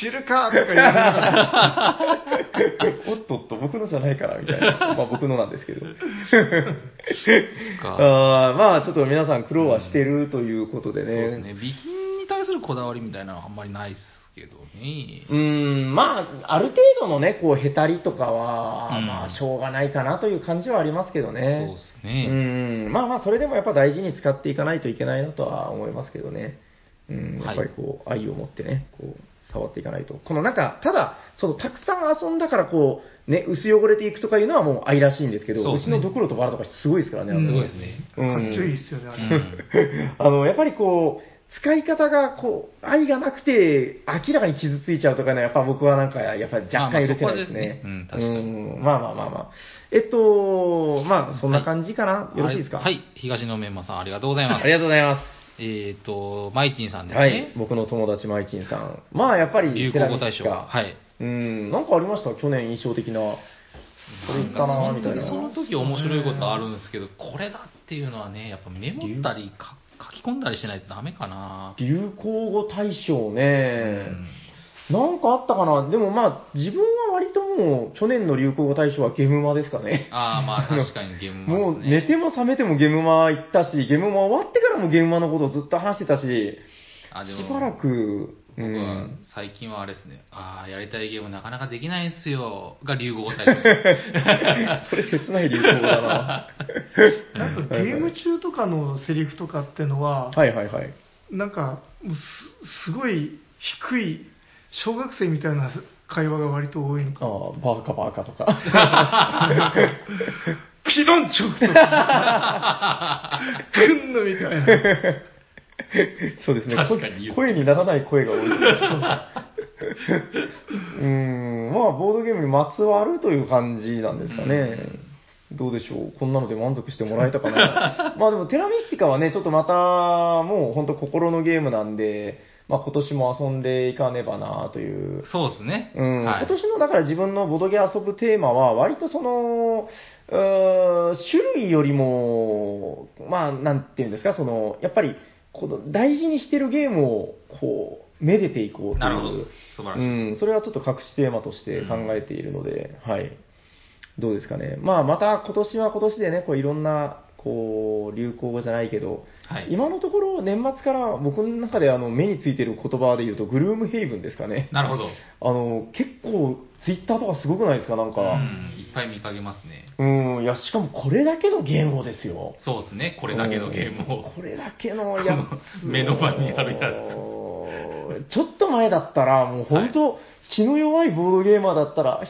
知るかとか言いながら
[laughs] おっとっと、僕のじゃないから、みたいな。
[laughs]
まあ僕のなんですけど。 [laughs]
か
あーまあちょっと皆さん苦労はしてるということで
そうです
ね。
ね。備品に対するこだわりみたいなのはあんまりないっすけどね。
うん、まあ、ある程度のね、こう、へたりとかは、
うん
まあ、しょうがないかなという感じはありますけど
そう
ね
っ。す
う
ね。
ん、まあまあ、それでもやっぱ大事に使っていかないといけないなとは思いますけどね。うん、やっぱりこう、愛を持ってね、こう、触っていかないと。このなんか、ただ、その、たくさん遊んだからこう、ね、薄汚れていくとかいうのはもう愛らしいんですけど、
そう
う
です
ち
ね
のドクロとバラとかすごいですからね、あの
すごいですね。
うん
かっちょいいっすよね、あ
う
れ。
ん。
あの、 [laughs] やっぱりこう、使い方が、こう、愛がなくて、明らかに傷ついちゃうとかね、やっぱ僕はなんか、やっぱり若干許せないです
まあまあそこはです
ね。
ねうん確か
うんまあまあまあまあ。えっと、まあ、そんな感じかな。よろしいですか
はい。東のメンマさん、ありがとうござい [laughs] ま
あ
す
り。がとうございます。
えっと、マイチンさんです
は
ね
い。。僕の友達、マイチンさん。まあ、やっぱり、
流行語大賞。
テラミス
は
か
い。
うん、なんかありました去年印象的な。これいいかな、
本
みた
当
い
に
な。
その時面白いことあるんですけど、これだっていうのはね、やっぱメモったりか書き込んだりしないとダメかな。
流行語大賞
う
ね。
ん
なんかあったかなでもまあ、自分は割ともう、去年の流行語大賞はゲムマですかね。
ああ、まあ確かにゲーム
も
マ
う
ですね。
寝ても覚めてもゲムマ行ったし、ゲムマ終わってからもゲムマのことをずっと話してたし、し
あでも
ばらく、う
僕は
ん。
最近はあれですね、ああ、やりたいゲームなかなかできないんすよ、が流行語大賞です。
[laughs] それ切ない流行語
[laughs]
だな。
なんかゲーム中とかのセリフとかってのは、
はいはいはい。
なんかもうす、すごい低い、小学生みたいな会話が割と多いの
あ
か。
あ、バーカバーカ
[laughs]
とか。
ピロンチョクとか、くんのみたいな。
そうですね。
確かに言う
声声にならない声が多
[laughs]
い。うん。まあ、ボードゲームにまつわるという感じなんですかね。どうでしょうこんなので満足してもらえたかな [laughs] まあでも、テラミスティカはね、ちょっとまた、もう本当心のゲームなんで、まあ今年も遊んでいかねばなという
そうですね。
うん
はい
今年のだから自分のボドゲ遊ぶテーマは、割とその、うーん種類よりも、まあ、なんていうんですか、その、やっぱり、この大事にしてるゲームを、こう、めでていこうという。
なるほど。素晴らしい。
うん、それはちょっと隠しテーマとして考えているので、はい。どうですかね。まあ、また今年は今年でね、こういろんな、こう、流行語じゃないけど、
はい。
今のところ年末から僕の中であの目についてる言葉で言うと、グルームヘイブンですかね。
なるほど。
あの、結構、ツイッターとかすごくないですか、なん
う
か。
ん、いっぱい見かけますね。
うん、いや、しかもこれだけのゲームをですよ。
そうですね、これだけのゲーム
うん
を。
これだけのやつ
[laughs]
を。
目の前にあるや
ちょっと前だったら、もう本当、気の弱いボードゲーマーだったら、ひゃーっ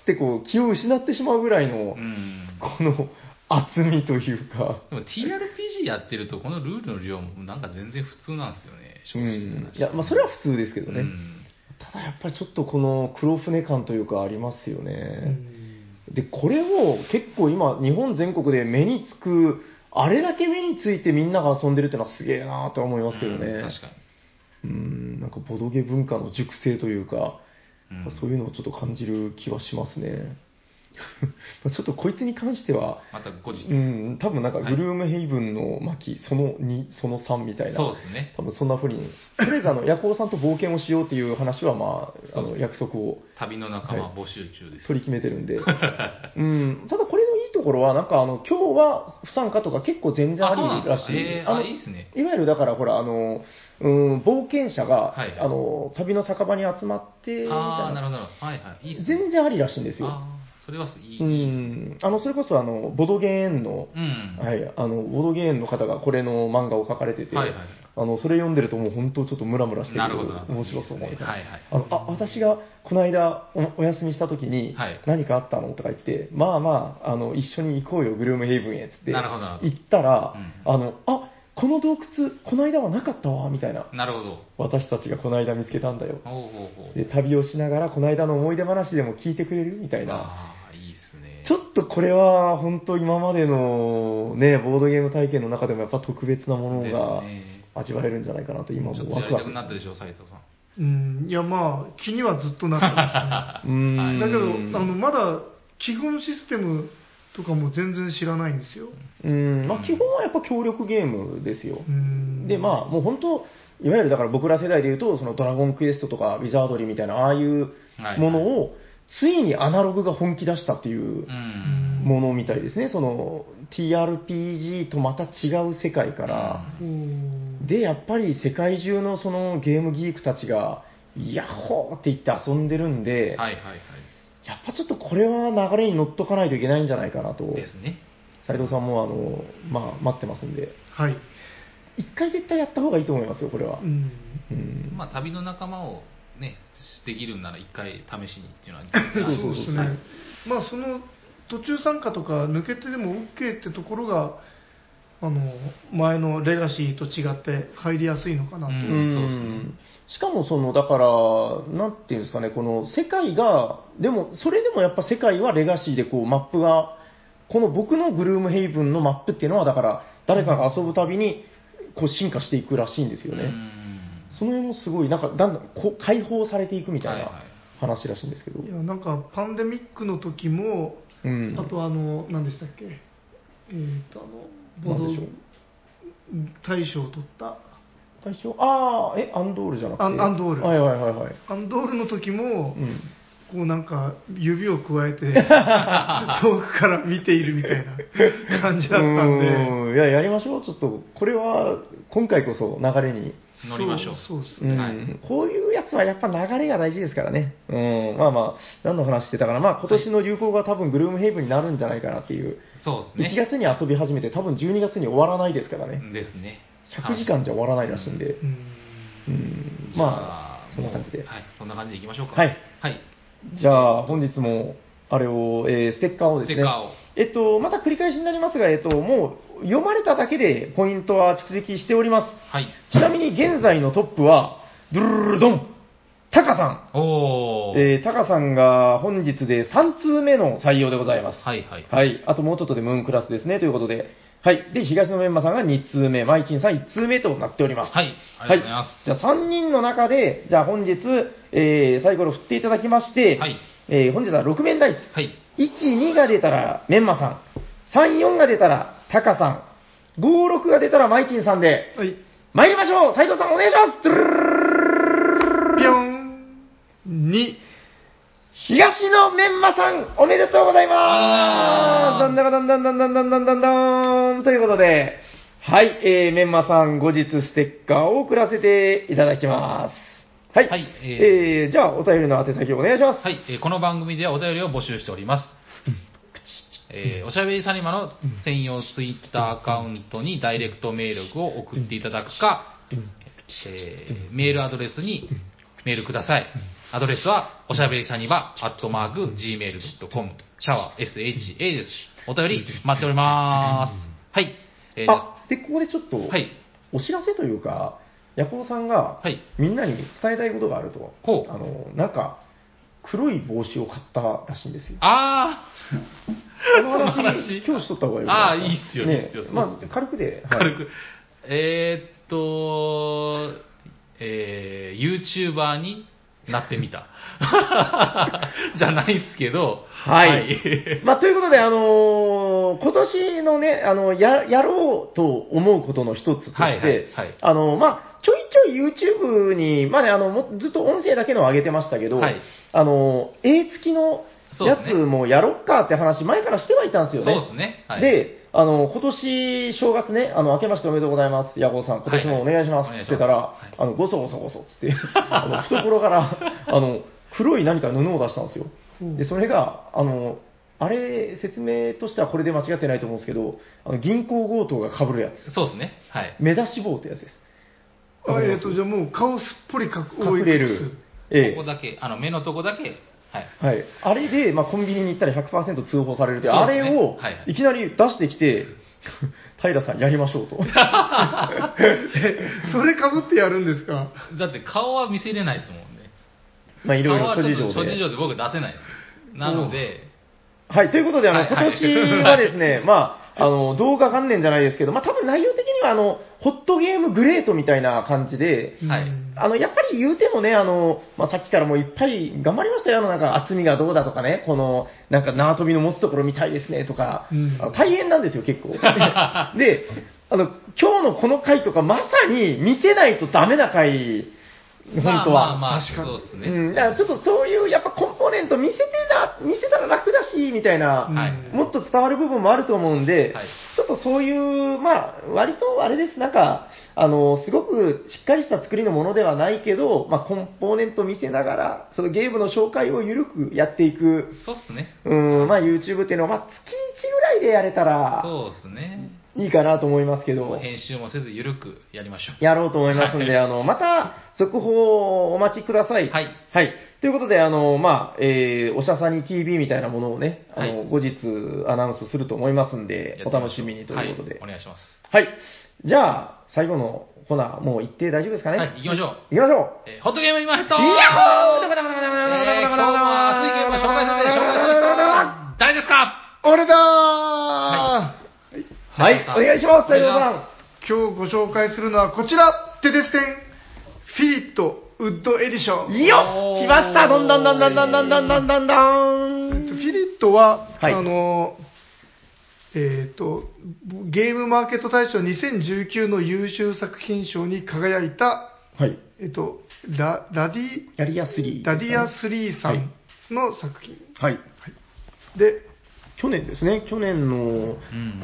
つってこう、気を失ってしまうぐらいの
う、ん。
この厚みというか。
でも TRPG やってると、このルールの量もなんか全然普通なんですよね、
う
正直な話
ん。いや、まあそれは普通ですけどね。
うん
ただやっぱりちょっとこの黒船感というかありますよね。で、これを結構今、日本全国で目につく、あれだけ目についてみんなが遊んでるってのはすげえなとは思いますけどね。
うん確か
に。うん、なんかボドゲ文化の熟成というか、
に。うん
そういうのをちょっと感じる気はしますね。 [laughs] まあちょっとこいつに関しては、
また後日。
うん、多分なんかグルームヘイブンの巻、その2、その3みたいな。
そうですね。
多分そんな風に。とりあえずあの、夜行さんと冒険をしようっていう話は、まあ、あ
そう
の、約束を。
旅の仲間募集中です。
取り決めてる
[laughs]
んで。うん。ただこれのいいところは、なんかあの、今日は不参加とか結構全然あ
あ、
り
そうなんです
ら
か
し。い。
えー
あの
あ、いいですね。
いわゆるだからほら、あの、うん、冒険者が、
はい
あの、旅の酒場に集まって、みたい
ああ、なる
な。
ほどなるほど。はいはい。いいですね。
全然ありらしいんですよ。
ああ、それはいい。
う
いいですね
ん。あの、それこそあの、ボドゲーンの、
うん。は
はいい、あの、ボドゲーンの方がこれの漫画を描かれてて、
はい。
あの、それ読んでるともう本当ちょっとムラムラして
なるほど。
面白そう
いいですねはいはい。
あのあ私がこの間おお休みした時に
はい
何かあったのとか言って、まあまああの一緒に行こうよグルームヘイブンへっつって
なるほどなるほど
行ったら、
うん
あのあこの洞窟、この間はなかったわ、みたいな。
なるほど。
私たちがこの間見つけたんだよ。
ほうほうほう。
で、旅をしながら、この間の思い出話でも聞いてくれるみたいな。
ああ、いいですね。
ちょっとこれは、本当今までのね、ボードゲーム体験の中でもやっぱ特別なものが
ですね
味わえるんじゃないかなと、今
ちょっ
も
と
ワ
や
ク
り
ワ
た
ク
く。なったでしょ、斉藤さん。
うん、いやまあ、気にはずっとなってま
うーん
はい
すね。だけど、あの、まだ基本システムとかも全然知らないんですよ。
うん、まあ基本はやっぱ協力ゲームですよ。
うん。
で、まあ、もう本当、いわゆるだから僕ら世代で言うと、そのドラゴンクエストとかウィザードリーみたいな、ああいう
はい
ものを、ついにアナログが本気出したってい
う
う
ん。
ものみたいですね。その、TRPG とまた違う世界から。
おー
で、やっぱり世界中のそのゲームギークたちが、ヤッホーって言って遊んでるんで、
はいはいは
やっぱちょっとこれは流れに乗っとかないといけないんじゃないかなと
い。、ですね。
斉藤さんもあの、まあ、待ってますんで、
はい。
一回絶対やった方がいいと思いますよ、これは
う。ん。
うん
まあ、旅の仲間をね、できるんなら一回試しにっていうのは、
[laughs] そう
そうですね。まあ、その途中参加とか抜けてでも OK ってところが、あの、前のレガシーと違って入りやすいのかなと。
うん
うん
そうですね
しかもその、だから、なんていうんですかね、この世界が、でも、それでもやっぱ世界はレガシーでこうマップが、この僕のグルームヘイブンのマップっていうのは、だから、誰かが遊ぶたびにこう進化していくらしいんですよ
う
ね。
ん
その辺もすごい、なんか、だんだんこう解放されていくみたい
はい
な
はい
話らしいんですけど
い。や、なんかパンデミックの時も、
うん
あとあの、何でしたっけ、えー、とあのボ
なん
ー
でしょ
ド
う
大賞を取った、
最初、ああ、え、アンドールじゃなくて。
アンアンドール
はいはいはいはい。
アンドールの時も
う、ん
こうなんか指をくわえ
[laughs]
て、遠くから見ているみたいな感じだったんで、
うんいや、やりましょう。ちょっと、これは、今回こそ流れに
乗りましょう
そうそうです
う
ね、
ん
はい
こういうやつはやっぱ流れが大事ですからね。うん、まあまあ、何の話してたかな。まあ今年の流行が多分グルームヘイブンになるんじゃないかなっていう。
そうです
1
ね。
月に遊び始めて多分12月に終わらないですからね。
ですね。
100時間じゃ終わらないらしいんで。
うん
うん、
じゃ
まあ、そんな感じで
もう。はい、そんな感じでいきましょうか。
はい。
はい。
じゃあ本日も、あれを、えーステッカーをですね。
ステッカーを
えっと、また繰り返しになりますが、えっと、もう読まれただけでポイントは蓄積しております。
はい。
ちなみに現在のトップは、ドゥルルルドン、タカさん。
おー。
えー、タカさんが本日で3通目の採用でございます。
はいはい。
はい。あともうちょっとでムーンクラスですね、ということで。はい。で、東のメンマさんが2通目、マイチンさん1通目となっております。
はい。ありがとうございます。
はいじゃあ3人の中で、じゃあ本日、えー、サイコロ振っていただきまして、
はい
えー本日は6面ダイス。
はい。
1、2が出たらメンマさん、3、4が出たらタカさん、5、6が出たらマイチンさんで、
はい、
参りましょう斉藤さんお願いしますドゥルルルルルル
ぴょん、2、
東のメンマさん、おめでとうござい
あ
ます
ー
だんだかだんだんだんだんだんだんだんだんということで、はい、えー、メンマさん、後日ステッカーを送らせていただきます。はい。
はいえ
えーじゃあ、お便りの宛先をお願いします。
はい、えーこの番組ではお便りを募集しております。えーおしゃべりサニマの専用ツイッターアカウントにダイレクトメールを送っていただくか、えーメールアドレスにメールください。アドレスは、おしゃべりサニバ、アットマーク、gmail.com、シャワー、sha です。お便り、待っております。はい。えー
あ、で、ここでちょっと、
はい。
お知らせというか、ヤコウさんが、
はい
みんなに伝えたいことがあると。
ほう
あの、なんか、黒い帽子を買ったらしいんですよ。
あ
この
その
話
話、
今日しとった方がいい
あーいいっすよいいっすよそうっすよ
まあ、軽くで。
ー、
は
軽
い
く。えーっと、えー、YouTuber になってみ
[laughs]
た。じゃないっすけど、
はい。まあ、ということで、あのー今年のね、あの、や、やろうと思うことの一つとして、
はいはいはい
あの、まあ、ちょいちょい YouTube に、まあね、あの、もずっと音声だけのを上げてましたけど、
はい
あの、絵付きのやつもやろっかって話、前からしてはいたんです
そう
よね。
ですね。はい、
で、あの、今年正月ね、あの、明けましておめでとうございます、ヤゴさん、今年もお願いします
はい
っ
はい
て言ったら、
お願いします
あの、ごそごそごそっつって、 [laughs] あの、懐から、あの、黒い何か布を出したんですよ。
うん
で、それが、あの、あれ、説明としてはこれで間違ってないと思うんですけど、あの銀行強盗が被るやつ。
そうですね。はい。
目出し帽ってやつです。
あえー、とじゃあもう顔すっぽりか覆い
隠れる。え
ここだけ、あの、目のとこだけ、はい。
え。はい。あれで、まあ、コンビニに行ったら100%通報されるって、
そう
あ
ですね
れを
はいは、い
いきなり出してきて、 [laughs] 平さんやりましょう
[laughs]
と。
それかぶってやるんですか
だって顔は見せれないですもんね。
まあ、いろいろ
顔は
諸
ちょ
事
っと諸
情
事
で。
情で僕出せないです。なので、
はい、ということで、あの、
はい
今年はですね、
[laughs]
まあ、あの、動画元年じゃないですけど、まあ、多分内容的には、あの、ホットゲームグレートみたいな感じで、
はい
うん
あの、やっぱり言うてもね、あの、まあ、さっきからもういっぱい頑張りましたよ。あの、なんか厚みがどうだとかね、この、なんか縄跳びの持つところみたいですね、とか、
うん
あの大変なんですよ、結
[laughs]
構。で、あの、今日のこの回とかまさに見せないとダメな回、本当は。
まあまあまあ、
確かに
そうですね。
うん、だからちょっとそういうやっぱコンポーネント見せてな、見せたら楽だし、みたい
は
な、
い
うん
もっと伝わる部分もあると思うんで、
はい
ちょっとそういう、まあ、割とあれです、なんか、あの、すごくしっかりした作りのものではないけど、まあ、コンポーネント見せながら、そのゲームの紹介を緩くやっていく、
そうっすね。
うん、まあ、YouTube っていうのは、まあ、月1ぐらいでやれたら、
そうですね。
いいかなと思いますけ
もう
ど。
編集もせず緩くやりましょう。
やろうと思いますんで、あの、また、続報をお待ちください。
はい
ということで、あの、まあ、えー、おしゃさに TV みたいなものをね、あの、
はい
後日アナウンスすると思いますんで、
や
お
ってみまょ
楽しみにということで。
はお
はい
願いします。
い。じゃあ、最後のコーナー、もう行って大丈夫ですかね
はい、行きましょう。
行きましょ
えーホットゲーム今ヘッド
う。いやっほー
えー今日も熱いゲームを紹介する紹介する人は誰ですか
俺だー、
はい、お願いします、大丈夫さ
今日ご紹介するのはこちらテデステンフィリットウッドエディション
ん。いいよ来ましたどんどんどんどんどんどんどんどんどんど
えっとフ
ん
ィリットは、
はい
あのえっとゲームマーケット大賞2019の優秀作品賞に輝いた、
はい。
えっとララディ
やりやすい。
ラディア3さんの作品、
はい。
で、
去年ですね、去年の、
ん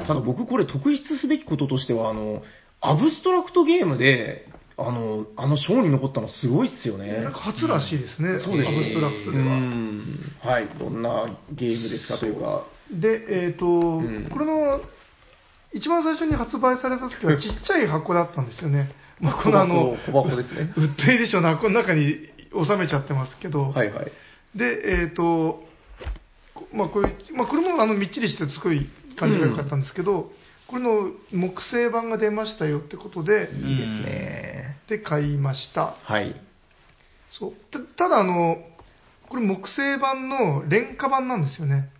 ただ僕これ特筆すべきこととしては、あの、アブストラクトゲームで、あの、あの賞に残ったのすごいっすよね
なん。か初らしいですね、
そうです
アブストラク
う
トでは。
ん。はい。どんなゲームですかというか。
で、えっと
ん
これの一番最初に発売された時
[laughs]
はちっちゃい箱だったんですよね、まあ、このあの
小箱小箱です
[laughs]
ね
ウッドエディションの箱の中に収めちゃってますけど、
はいはい。
で、えっ、と、こまあ、こういう、まあ、これもあのみっちりして、すごい感じが良かったんですけど、これの木製版が出ましたよってことで、
いいですね。
で、買いました。
はい。
そう。たただ、あの、これ木製版の廉価版なんですよね。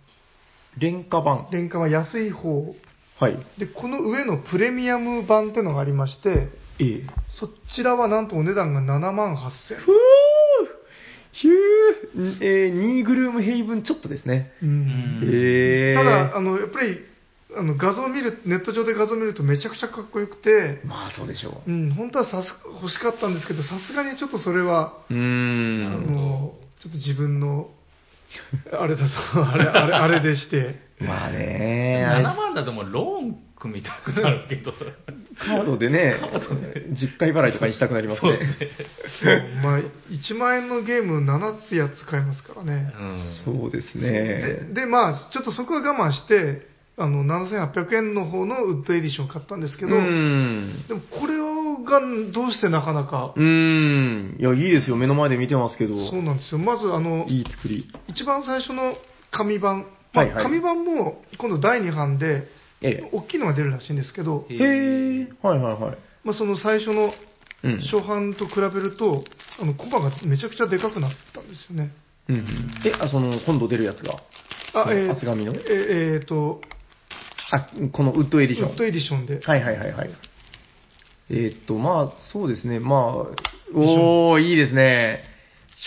廉価版。
廉価は安い方。
はい。
で、この上のプレミアム版っていうのがありまして、
ええ。
そちらはなんとお値段が7万8000
ふぅひゅーえー、ニーグルームヘイブンちょっとですね。
う。
うんん
ええ。
ただ、あの、やっぱり、あの画像を見る、ネット上で画像を見るとめちゃくちゃかっこよくて、
まあそうでしょ
うん、本当はさす欲しかったんですけど、さすがにちょっとそれは、
う。う
あ
ーん。
のちょっと自分の、あれだと、あれ、あれ、あれでして、
まあねあれ
7万だともうローン組みたくなるけど。
カードでね、10回払いとかにしたくなりますね。
そう、まあ、1万円のゲーム7つやつ買えますからね。
うん
そうですね。
で、でまあ、ちょっとそこは我慢して、あの、7800円の方のウッドエディション買ったんですけ
う
ど、
ん。
でもこれをがどうしてなかなか、
うん。いや、いいですよ。目の前で見てますけど。
そうなんですよ。まず、あの、
いい作り。
一番最初の紙版、まあ
はいはい
紙版も今度第2版で、
え
大きいのが出るらしいんですけど、
え。
へ
へえ。はいはいはい。
まあ、その最初の
うん。
初版と比べると、あのコマがめちゃくちゃでかくなったんですよね。
うんうん。え、あ、その、今度出るやつが。
あ、えー
厚紙の
えーえーと、
あ、このウッドエ
ウ
ディショ
ッド
ン。
エディションで。
はいはいはいはい。えーっと、まあ、そうですね。まあ、おー、いいですね。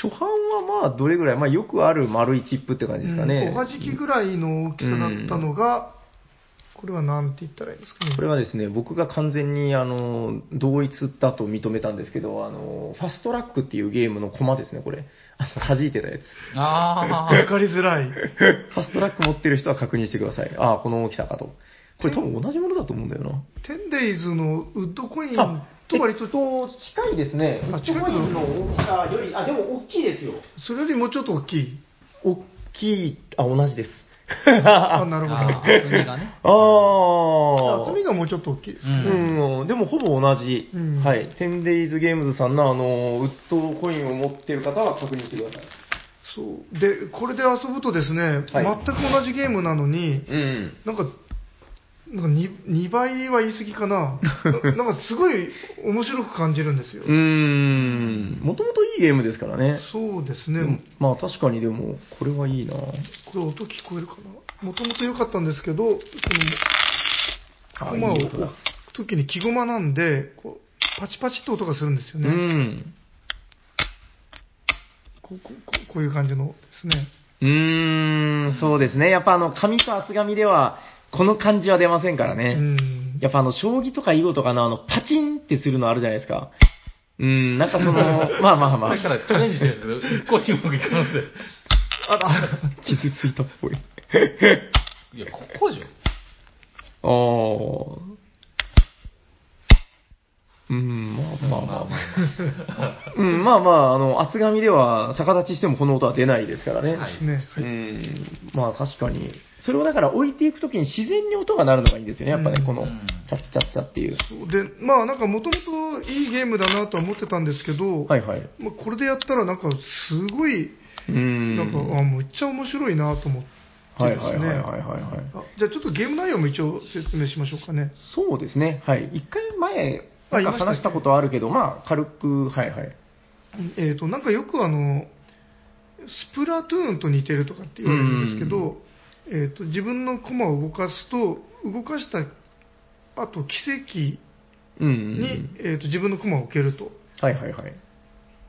初版はまあ、どれぐらいまあ、よくある丸いチップって感じですかね。
うんおはじきぐらいの大きさだったのが、これはなんて言ったらいいんですかね。
これはですね、僕が完全にあの同一だと認めたんですけど、あのファストラックっていうゲームのコマですね、これ。あの弾いて [laughs] たやつ。
あ
わ
あ。
かりづらい。
ファストラック持ってる人は確認してください。ああ、この大きさかと。これ多分同じものだと思うんだよな。
テンデイズのウッドコイン
あ
と割と、
と近いですね
あ近いかなウッドコイン
の大きさより、あ、でも大きいですよ。
それよりもちょっと大きい。
大きい、あ、同じです。
あ、
[laughs] あ
なるほ
あ
ど。
ー厚みがね。
あ
厚みがもうちょっと大きいです。
うん
うん、でもほぼ同じ、
うん
はい、10days ゲームズさんのあのウッドコインを持ってる方は確認してください。
そう。で、これで遊ぶとですね、
はい
全く同じゲームなのに、
うん、
なんか、なんか 2, 2倍は言い過ぎか
[laughs]
なななんかすごい面白く感じるんですよ
うーん。もともといいゲームですからね。
そうです
でも
ね
まあ確かにでも、これはいいな。
これ音聞こえるかなもともと良かったんですけどこ
あ
の駒を
いい
置
音だ
く時に木駒なんでこうパチパチって音がするんですよ
う
ね、
ん。
こうこうこうこういう感じのですね
うーん、そうですね。やっぱあの、紙と厚紙では、この感じは出ませんから
う
ね。
ん
やっぱあの、将棋とか囲碁とかのあの、パチンってするのあるじゃないですか。うん、なん
[laughs]
かその、まあまあま
だか
あ、
らチャレンジしてるんですけど、一向にうまくいかなく
傷ついたっぽい。 [laughs]
て。いや、ここじゃん。
あー。うん、まあまあまあまあ。うん、まあまあ、あの、厚紙では逆立ちしてもこの音は出ないですからね。
はい
ね、は
う
い
ん、まあ確かに。それをだから置いていくときに自然に音が鳴るのがいいんですよね、やっぱね、
うん
この
うん、
チャッチャッチャっていう。
そうでまあなんかもともといいゲームだなとは思ってたんですけど、
はいはい。
まあ、これでやったらなんかすごい
うん。
なんか、あむっちゃ面白いなと思って
は
で
い
すね、
はいはいはいはいはい。
あじゃあちょっとゲーム内容も一応説明しましょうかね
そうですね、はい。一回前、
あ
なんか話したことはあるけど、まあ軽く、はいはい。
えー、となんかよくあのスプラトゥーンと似てるとかって言われるんですけど、えー、と自分の駒を動かすと動かしたあと奇
う
跡
ん、う
に
ん。、
えー、と自分の駒を置けると
はいはいはい。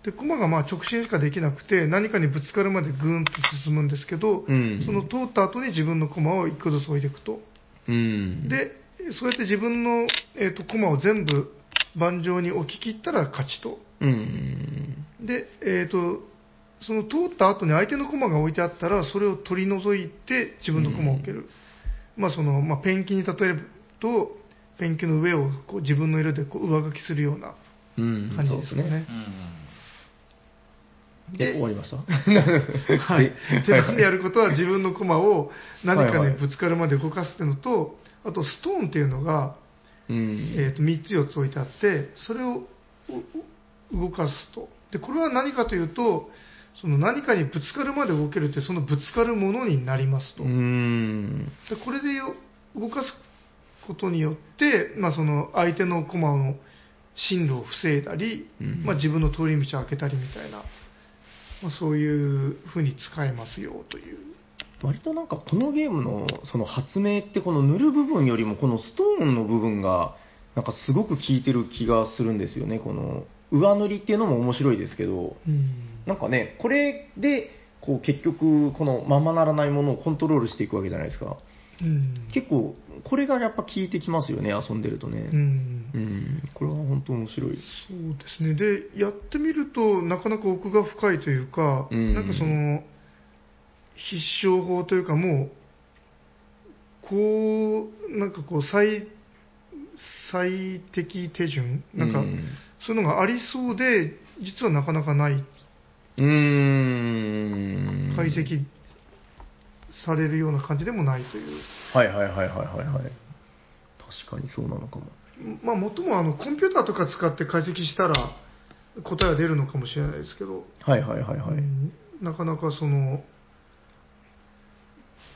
で駒がまあ直進しかできなくて何かにぶつかるまでぐーんと進むんですけど、
うん
その通った後に自分の駒を1個ずつ置いていくと
うん。、
でそうやって自分の、えー、と駒を全部盤上に置き切ったら勝ちと。
うん。
で、えー、とその通った後に相手の駒が置いてあったらそれを取り除いて自分の駒を置ける、まあそのまあ、ペンキに例えるとペンキの上をこう自分の色でこう上書きするような
うん。
感じですかね
う。ん。
え、終わ
で
りました。
[laughs]
[laughs]
はい、手番でやることは自分の駒を何か
はい
に
はい
ぶつかるまで動かすっていうのとあとストーンっていうのが、
うん。
えー、と3つ4つ置いてあってそれをおお動かすとでこれは何かというとその何かにぶつかるまで動けるってそのぶつかるものになりますと、
う
で
ん。
これでよ動かすことによって、まあ、その相手の駒の進路を防いだり、
うん
まあ、自分の通り道を開けたりみたいな、まあ、そういうふうに使えますよという
割となんかこのゲームのその発明ってこの塗る部分よりもこのストーンの部分がなんかすごく効いてる気がするんですよねこの上塗りっていうのも面白いですけどなんかねこれでこう結局このままならないものをコントロールしていくわけじゃないですか
うん
結構これがやっぱ効いてきますよね遊んでると
う
ね
ん
うんこれは本当面白い
そうですねでやってみるとなかなか奥が深いというか、
うん
なんかその必勝法というかもうこうなんかこう最最適手順なんか、
うん
そういうのがありそうで実はなかなかない
うん
解析されるような感じでもないという、
はいはいはいはいはいはい確かにそうなのかも
まあもっともあのコンピューターとか使って解析したら答えは出るのかもしれないですけど
はいはいはいはい、
うんなかなかその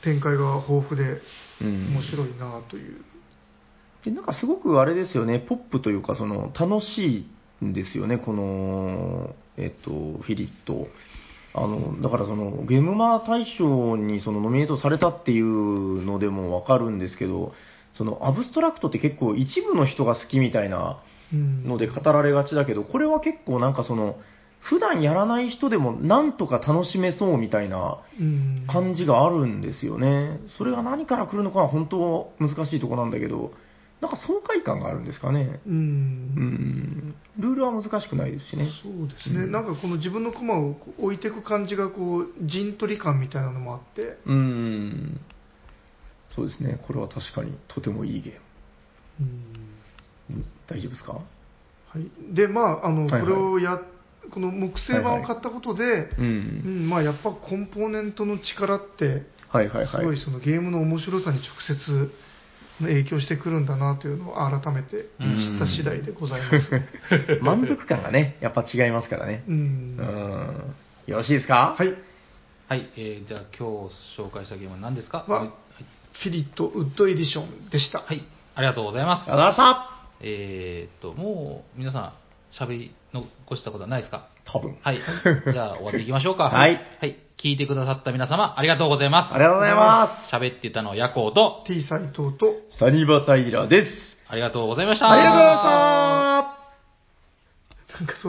展開が豊富で
うん
面白いなという、
でなんかすごくあれですよね、ポップというか、その楽しいんですよね、この、えっと、フィリット。あの、だからその、ゲームマー大賞にそのノミネートされたっていうのでもわかるんですけど、その、アブストラクトって結構一部の人が好きみたいな
うん
ので語られがちだけど、これは結構なんかその、普段やらない人でもなんとか楽しめそうみたいな
うん
感じがあるんですよね。それが何から来るのかは本当難しいとこなんだけど、なんか爽快感があるんですかね。
うん
うん。ルールは難しくないですしね。
そうですね、
うん
なんかこの自分の駒をこう置いていく感じがこう陣取り感みたいなのもあって、
うん。そうですね。これは確かにとてもいいゲー
うん
ム。うん大丈夫ですか
はい、でまああの、
はいはい
これをやこの木製版を買ったことで、
う。
うんんまあ、やっぱコンポーネントの力って
はいはい
すご
はいい。
そのゲームの面白さに直接影響してくるんだなというのを改めて知った次第でございます。
[laughs] 満足感がね、やっぱ違いますからね。
う、
うんん。よろしいですか
はい、
はい、えー、じゃあ今日紹介したゲームは何ですか
は
はい
フィリットウッドエディションでした。
はい。ありがとうございます。
ありがとうございま
えーっと、もう皆さん、喋り残したことはないです [laughs] か
した。多分。
はい。じ
[laughs]
ゃあ終わっていきましょうか。
はい。
はい。聞いてくださった皆様、ありがとうございます。
ありがとうございま
喋ってたのはヤコウと、
T 斎藤と、
す。サニバタイラです。
ありがとうございました。
ありがとうございました。
なんかそう